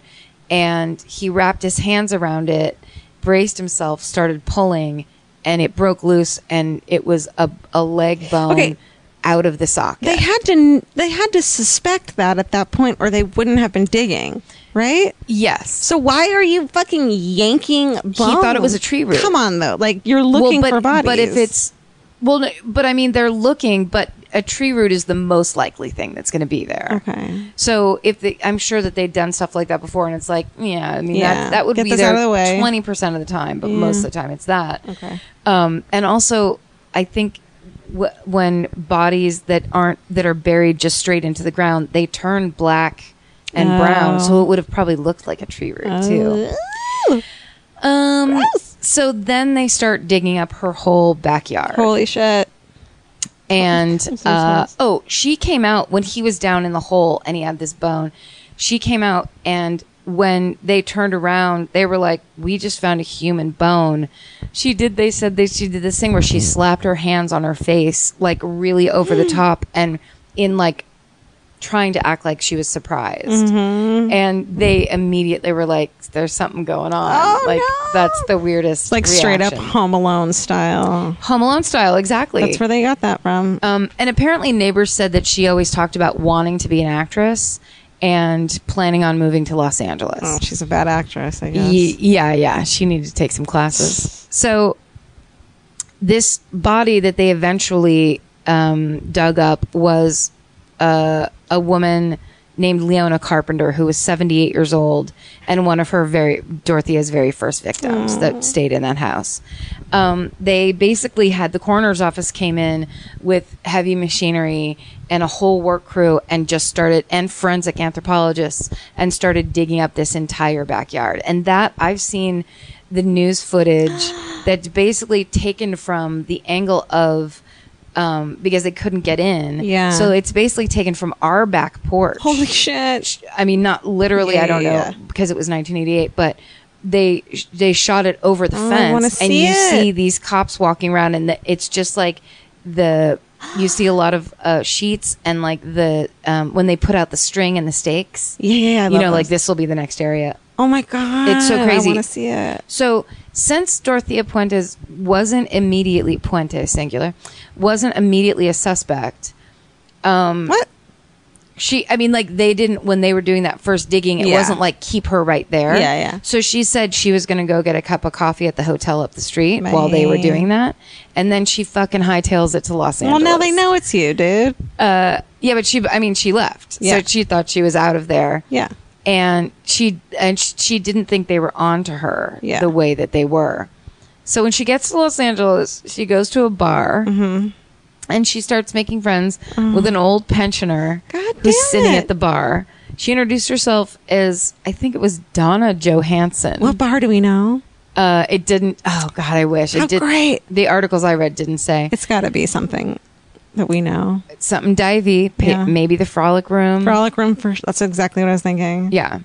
S4: and he wrapped his hands around it, braced himself, started pulling, and it broke loose, and it was a, a leg bone
S3: Okay.
S4: out of the socket.
S3: They had to. They had to suspect that at that point, or they wouldn't have been digging, right?
S4: yes.
S3: So why are you fucking yanking? Bones?
S4: thought it was a tree root.
S3: Come on, though. Like you're looking
S4: well, but,
S3: for bodies.
S4: But if it's well, no, but I mean they're looking, but a tree root is the most likely thing that's going to be there.
S3: okay,
S4: So if they, I'm sure that they've done stuff like that before, and it's like, yeah, I mean that
S3: Yeah.
S4: that would
S3: Get
S4: be
S3: this
S4: there
S3: out of the way.
S4: twenty percent of the time, but most of the time it's that.
S3: Okay.
S4: Um, and also, I think w- when bodies that aren't that are buried just straight into the ground, they turn black and brown,
S3: Oh.
S4: so it would have probably looked like a tree root too. Um, so then they start digging up her whole backyard.
S3: holy shit. [LAUGHS]
S4: and
S3: so
S4: uh,
S3: sad.
S4: oh, she came out when he was down in the hole and he had this bone. She came out, and when they turned around, they were like, "We just found a human bone." She did. They said they she did this thing where she
S3: Mm.
S4: slapped her hands on her face, like really over the top, and in like trying to act like she was surprised.
S3: Mm-hmm.
S4: And they immediately were like, there's something going on.
S3: Oh,
S4: like,
S3: no.
S4: that's the weirdest.
S3: like straight up
S4: reaction.
S3: Home Alone style.
S4: Home Alone style, exactly.
S3: That's where they got that from.
S4: Um, and apparently, neighbors said that she always talked about wanting to be an actress and planning on moving to Los Angeles.
S3: Oh, she's a bad actress, I guess.
S4: Ye- yeah, yeah. She needed to take some classes. So, this body that they eventually um, dug up was uh, a woman named Leona Carpenter, who was 78 years old and one of her very, Dorothea's very first victims that stayed in that house. Um, they basically had the coroner's office came in with heavy machinery and a whole work crew and just started, and forensic anthropologists, and started digging up this entire backyard. And that, I've seen the
S3: [GASPS]
S4: news footage that's basically taken from the angle of um, because they couldn't get in.
S3: Yeah.
S4: So it's basically taken from our back porch.
S3: Holy shit.
S4: I mean, not literally.
S3: Yeah,
S4: I don't know
S3: yeah, yeah.
S4: because it was 1988, but they they shot it over the
S3: Oh, I wanna
S4: fence, and
S3: see
S4: you
S3: it.
S4: see these cops walking around, and the, it's just like the you see a lot of uh, sheets and like the um, when they put out the string and the stakes.
S3: Yeah, yeah, yeah, I
S4: you
S3: love
S4: know, like
S3: those.
S4: this will be the next area.
S3: Oh my god.
S4: It's so crazy.
S3: I want to see it.
S4: So since Dorothea Puentes wasn't immediately Puente singular, wasn't immediately a suspect. Mm,
S3: What?
S4: She, I mean, like they didn't when they were doing that first digging. It
S3: Yeah.
S4: wasn't like keep her right there.
S3: Yeah, yeah.
S4: So she said she was going to go get a cup of coffee at the hotel up the street while they were
S3: Man.
S4: doing that, and then she fucking hightails it to Los
S3: Well,
S4: Angeles.
S3: now they know it's you, dude.
S4: Yeah, but she, I mean, she left.
S3: Yeah.
S4: So she thought she was out of there.
S3: Yeah.
S4: And she, and sh- she didn't think they were on to her
S3: Yeah.
S4: the way that they were. So when she gets to Los Angeles, she goes to a bar
S3: Mm-hmm.
S4: and she starts making friends with an old pensioner
S3: Mm. God
S4: who's
S3: damn
S4: sitting
S3: it.
S4: at the bar. She introduced herself as, I think it was Donna Johansson.
S3: What bar do we know?
S4: Uh, it didn't, oh God, I wish.
S3: How
S4: it did,
S3: great.
S4: The articles I read didn't say.
S3: It's got to be something that we know.
S4: Something divey, pa-
S3: Yeah.
S4: maybe the frolic room.
S3: Frolic room for that's exactly what I was thinking.
S4: Mm. Yeah.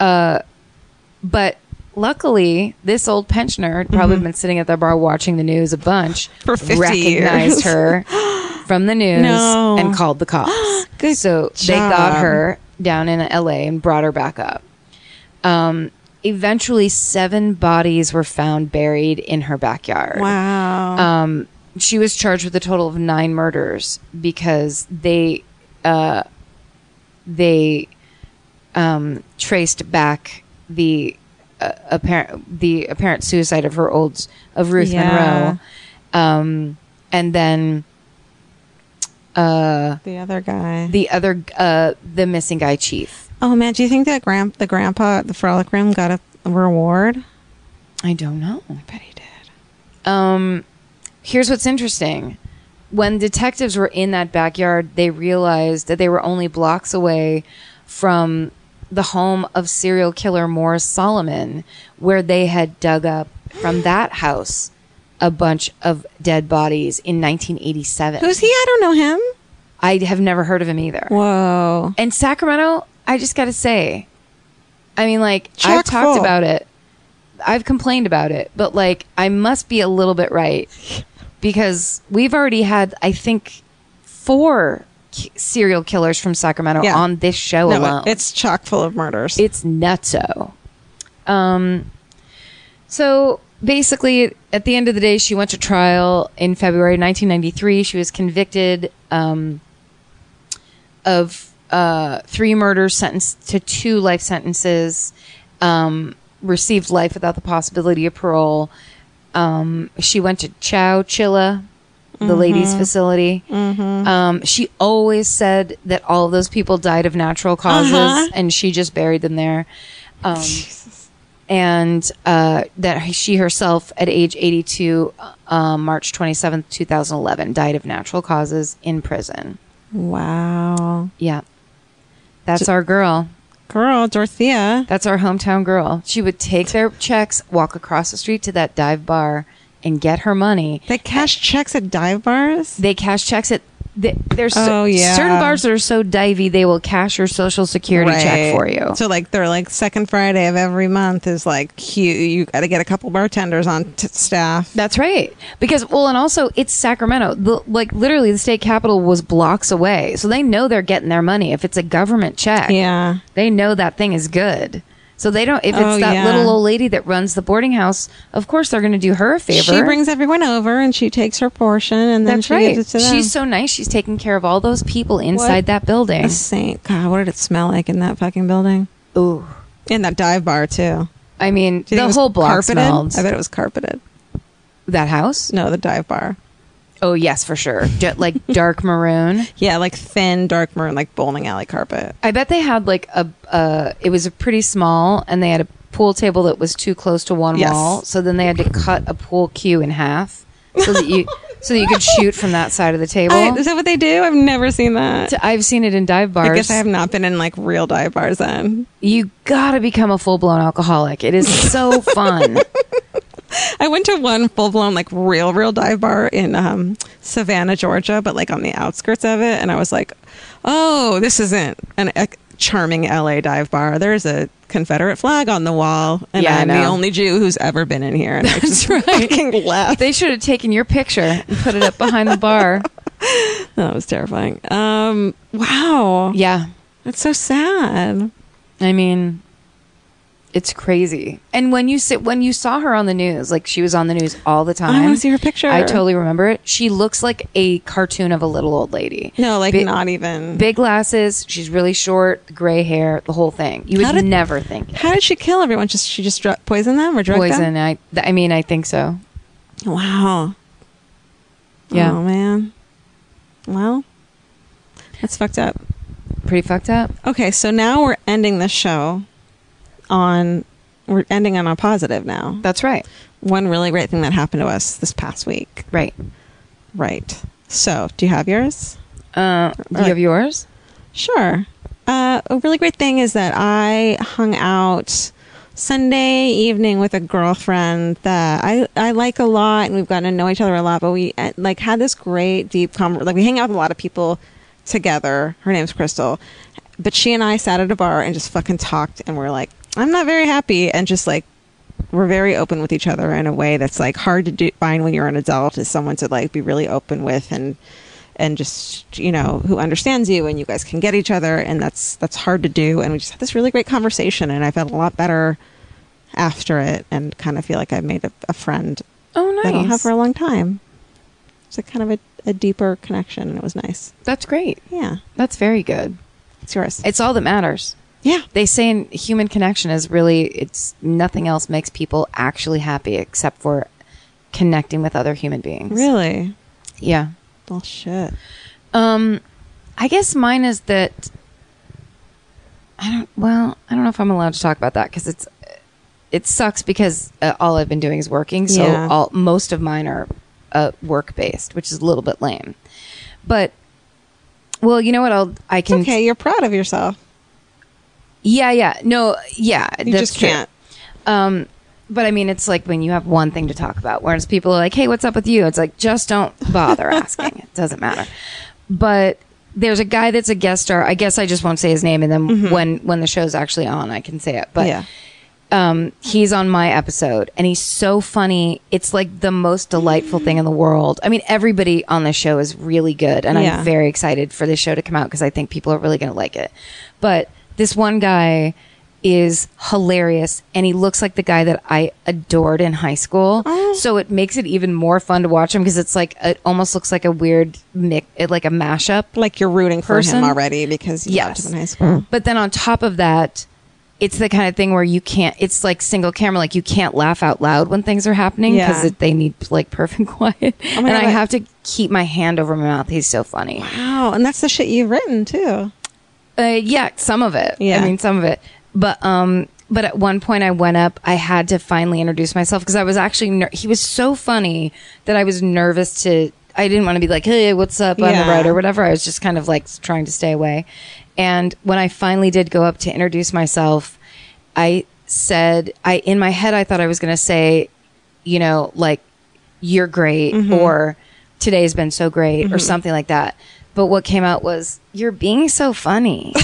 S4: Uh, but luckily, this old pensioner had probably been sitting at the bar watching the news a bunch.
S3: Mm-hmm. [LAUGHS] For 50 years.
S4: recognized her
S3: [GASPS]
S4: from the news
S3: No.
S4: and called the cops.
S3: [GASPS] Good
S4: so they got
S3: job.
S4: her down in L.A. and brought her back up. Um, eventually, seven bodies were found buried in her backyard.
S3: Wow.
S4: Um, she was charged with a total of nine murders because they uh, they um, traced back the uh, apparent the apparent suicide of her old of Ruth
S3: Yeah.
S4: Monroe, um, and then uh,
S3: the other guy.
S4: the other uh, the missing guy chief.
S3: oh man, do you think that grand the grandpa at the frolic room got a reward?
S4: I don't know.
S3: I bet he did.
S4: Um, here's what's interesting. When detectives were in that backyard, they realized that they were only blocks away from the home of serial killer Morris Solomon, where they had dug up
S3: [GASPS]
S4: from that house a bunch of dead bodies in 1987.
S3: Who's he? I don't know him.
S4: I have never heard of him either.
S3: Whoa.
S4: And Sacramento, I just got to say, I mean, like,
S3: Chock
S4: I've talked
S3: full.
S4: about it, I've complained about it, but like, I must be a little bit right because we've already had, I think, four ki- serial killers from Sacramento
S3: Yeah.
S4: on this show
S3: No, it-
S4: alone.
S3: it's chock full of murders.
S4: It's nutso. Um, so basically, at the end of the day, she went to trial in February 1993. She was convicted um, of uh, three murders, sentenced to two life sentences, um, received life without the possibility of parole. Um, she went to Chow Chilla, the ladies' facility. Um, she always said that all of those people died of natural causes, and she just buried them there. Um, and uh, that she herself, at age 82, uh, March 27th, 2011, died of natural causes in prison.
S3: wow.
S4: Yeah. That's our girl.
S3: Girl, Dorothea.
S4: That's our hometown girl. She would take their checks, walk across the street to that dive bar, and get her money.
S3: They cash checks at dive bars?
S4: They cash checks at th- there's
S6: Oh, yeah.
S4: certain bars that are so divey they will cash your social security check for you.
S6: So like they're like second Friday of every month is like cute. You got to get a couple bartenders on t- staff.
S4: That's right. Because well, and also it's Sacramento. The, like literally, the state capital was blocks away, so they know they're getting their money. If it's a government check,
S6: Yeah.
S4: they know that thing is good. So they don't. If it's
S6: Oh,
S4: that
S6: yeah.
S4: little old lady that runs the boarding house, of course they're going to do her a favor.
S6: She brings everyone over and she takes her portion and then
S4: That's
S6: she
S4: right.
S6: gives it to them.
S4: She's so nice. She's taking care of all those people inside that building.
S6: a saint. God, what did it smell like in that fucking building?
S4: Ooh.
S6: In that dive bar too.
S4: I mean,
S6: Do you think it
S4: the
S6: was
S4: whole block
S6: carpeted?
S4: smelled.
S6: I bet it was carpeted.
S4: That house?
S6: No, the dive bar.
S4: Oh yes, for sure. Ju- like dark maroon.
S6: Yeah, like thin, dark maroon, like bowling alley carpet.
S4: I bet they had like a. Uh, it was a pretty small, and they had a pool table that was too close to one
S6: Yes.
S4: wall. So then they had to cut a pool cue in half so that
S6: [LAUGHS]
S4: you so that you could shoot from that side of the table.
S6: I- is that what they do? I've never seen that.
S4: I, have seen it in dive bars.
S6: I guess I have not been in like real dive bars then.
S4: You gotta become a full blown alcoholic. It is
S6: [LAUGHS]
S4: so fun.
S6: I went to one full blown like real real dive bar in um, Savannah, Georgia, but like on the outskirts of it, and I was like, oh, this isn't an a charming LA dive bar. There's a Confederate flag on the wall, and
S4: Yeah, I
S6: I'm the
S4: know.
S6: only Jew who's ever been in here. And I
S4: [LAUGHS]
S6: just fucking laughed.
S4: they should have taken your picture and put it up behind the
S6: [LAUGHS]
S4: bar.
S6: That was terrifying. Um, wow,
S4: Yeah,
S6: that's so sad.
S4: I mean, it's crazy. And when you sit, when you saw her on the news, like she was on the news all the time.
S6: I wanna see her picture.
S4: I totally remember it. She looks like a cartoon of a little old lady.
S6: No, like
S4: Bi-
S6: not even.
S4: Big glasses. She's really short. Gray hair. The whole thing. You
S6: How
S4: would
S6: did-
S4: never think
S6: How did she kill everyone? Just she just dr- poisoned them or drug
S4: poison.
S6: them?
S4: I. th- I mean, I think so.
S6: Wow.
S4: Yeah.
S6: Oh man. Well, that's fucked up.
S4: Pretty fucked up.
S6: Okay, so now we're ending this show on we're ending on a positive now.
S4: That's right.
S6: One really great thing that happened to us this past week.
S4: Right.
S6: Right. So, do you have yours?
S4: Uh, do you have yours?
S6: Sure. Uh, a really great thing is that I hung out Sunday evening with a girlfriend that I, I like a lot, and we've gotten to know each other a lot. But we uh, like had this great deep conversation. Like we hang out with a lot of people together. Her name's Crystal, but she and I sat at a bar and just fucking talked, and we're like, I'm not very happy, and just like we're very open with each other in a way that's like hard to do, find when you're an adult is someone to like be really open with and and just you know who understands you and you guys can get each other and that's that's hard to do and we just had this really great conversation and I felt a lot better after it and kind of feel like I made a, a friend
S4: Oh,
S6: that I'll have
S4: nice.
S6: for a long time. It's a kind of a, a deeper connection and it was nice.
S4: That's great.
S6: Yeah,
S4: That's very good.
S6: it's yours.
S4: It's all that matters.
S6: yeah,
S4: they say in human connection is really it's nothing else makes people actually happy except for connecting with other human beings
S6: really.
S4: yeah
S6: Well, shit.
S4: um i guess mine is that i don't well i don't know if i'm allowed to talk about that because it's it sucks because uh, all i've been doing is working so
S6: Yeah.
S4: all most of mine are uh, work based which is a little bit lame but well you know what i'll i
S6: It's
S4: can
S6: okay. You're proud of yourself.
S4: yeah yeah no yeah
S6: You
S4: that's
S6: just
S4: true.
S6: can't.
S4: Um, but I mean, it's like when you have one thing to talk about, whereas people are like, "Hey, what's up with you?" It's like just don't bother
S6: [LAUGHS]
S4: asking. It doesn't matter. But there's a guy that's a guest star. I guess I just won't say his name, and then when when the show's actually on, I can say it. But
S6: Mm-hmm. Yeah.
S4: um, he's on my episode, and he's so funny. It's like the most delightful thing in the world. I mean, everybody on this show is really good, and
S6: Yeah.
S4: I'm very excited for this show to come out because I think people are really going to like it. But this one guy is hilarious, and he looks like the guy that I adored in high school. So it makes it even more fun to watch him because it's like it almost looks like a weird mix, like a mashup.
S6: Like you're rooting for
S4: Person?
S6: him already because you
S4: Yes.
S6: yes. him in high school.
S4: But then on top of that, it's the kind of thing where you can't. It's like single camera, like you can't laugh out loud when things are happening
S6: Yeah. Oh
S4: because they need like perfect [LAUGHS] quiet. and
S6: God,
S4: I
S6: that-
S4: have to keep my hand over my mouth. He's so funny.
S6: Wow, and that's the shit you've written too.
S4: Uh, yeah, some of it.
S6: Yeah.
S4: I mean, some of it. But um, but at one point I went up. I had to finally introduce myself because I was actually ner- he was so funny that I was nervous to. I didn't want to be like, hey, what's up? I'm
S6: Yeah.
S4: the writer, whatever. I was just kind of like trying to stay away. And when I finally did go up to introduce myself, I said, I in my head I thought I was going to say, you
S6: Mm-hmm.
S4: know, like you're great or today's been so great or something like that. But what came out was, you're being so
S6: [LAUGHS]
S4: funny.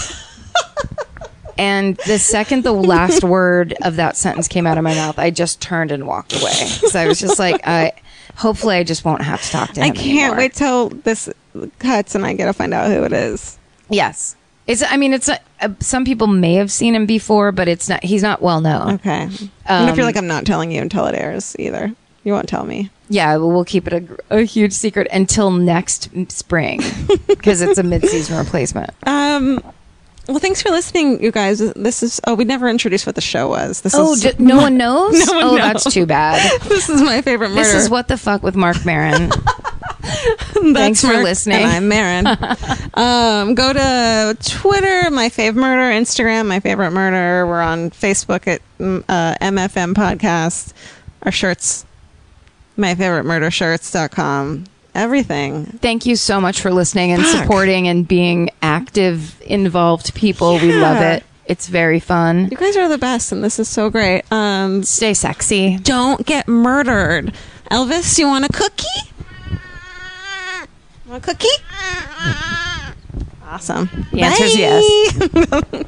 S4: and the second the
S6: [LAUGHS]
S4: last word of that sentence came out of my mouth, I just turned and walked away. So I was just like, I hopefully I just won't have to talk to him.
S6: I can't
S4: anymore.
S6: wait till this cuts and I get to find out who it is.
S4: Yes. It's, I mean, it's, not- uh, some people may have seen him before, but it's not, he's not well known.
S6: Okay. Um, and I feel like I'm not telling you until it airs either. You won't tell me.
S4: Yeah, we'll keep it a, gr- a huge secret until next m-
S6: [LAUGHS]
S4: spring because it's a mid-season replacement.
S6: Um, well, thanks for listening, you guys. This is oh, we never introduced what the show was. This
S4: Oh,
S6: is
S4: d- no one knows.
S6: one
S4: oh,
S6: knows.
S4: that's too bad.
S6: [LAUGHS] this is my favorite murder.
S4: This is what the fuck with Mark
S6: [LAUGHS]
S4: Maron. Thanks for
S6: Mark,
S4: listening.
S6: And I'm
S4: [LAUGHS]
S6: Marin. um, go to Twitter, my fave murder, Instagram, my favorite murder. We're on Facebook at mm, uh, MFM Podcast. Our shirts, my favorite murder shirts.com. Everything.
S4: Thank you so much for listening and
S6: Fuck.
S4: supporting and being active, involved people. We love
S6: Yeah.
S4: it. It's very fun.
S6: You guys are the best, and this is so great. Um,
S4: Stay sexy.
S6: don't get murdered. Elvis, you want a cookie?
S4: [LAUGHS]
S6: Want a cookie? Awesome.
S4: The answer's yes.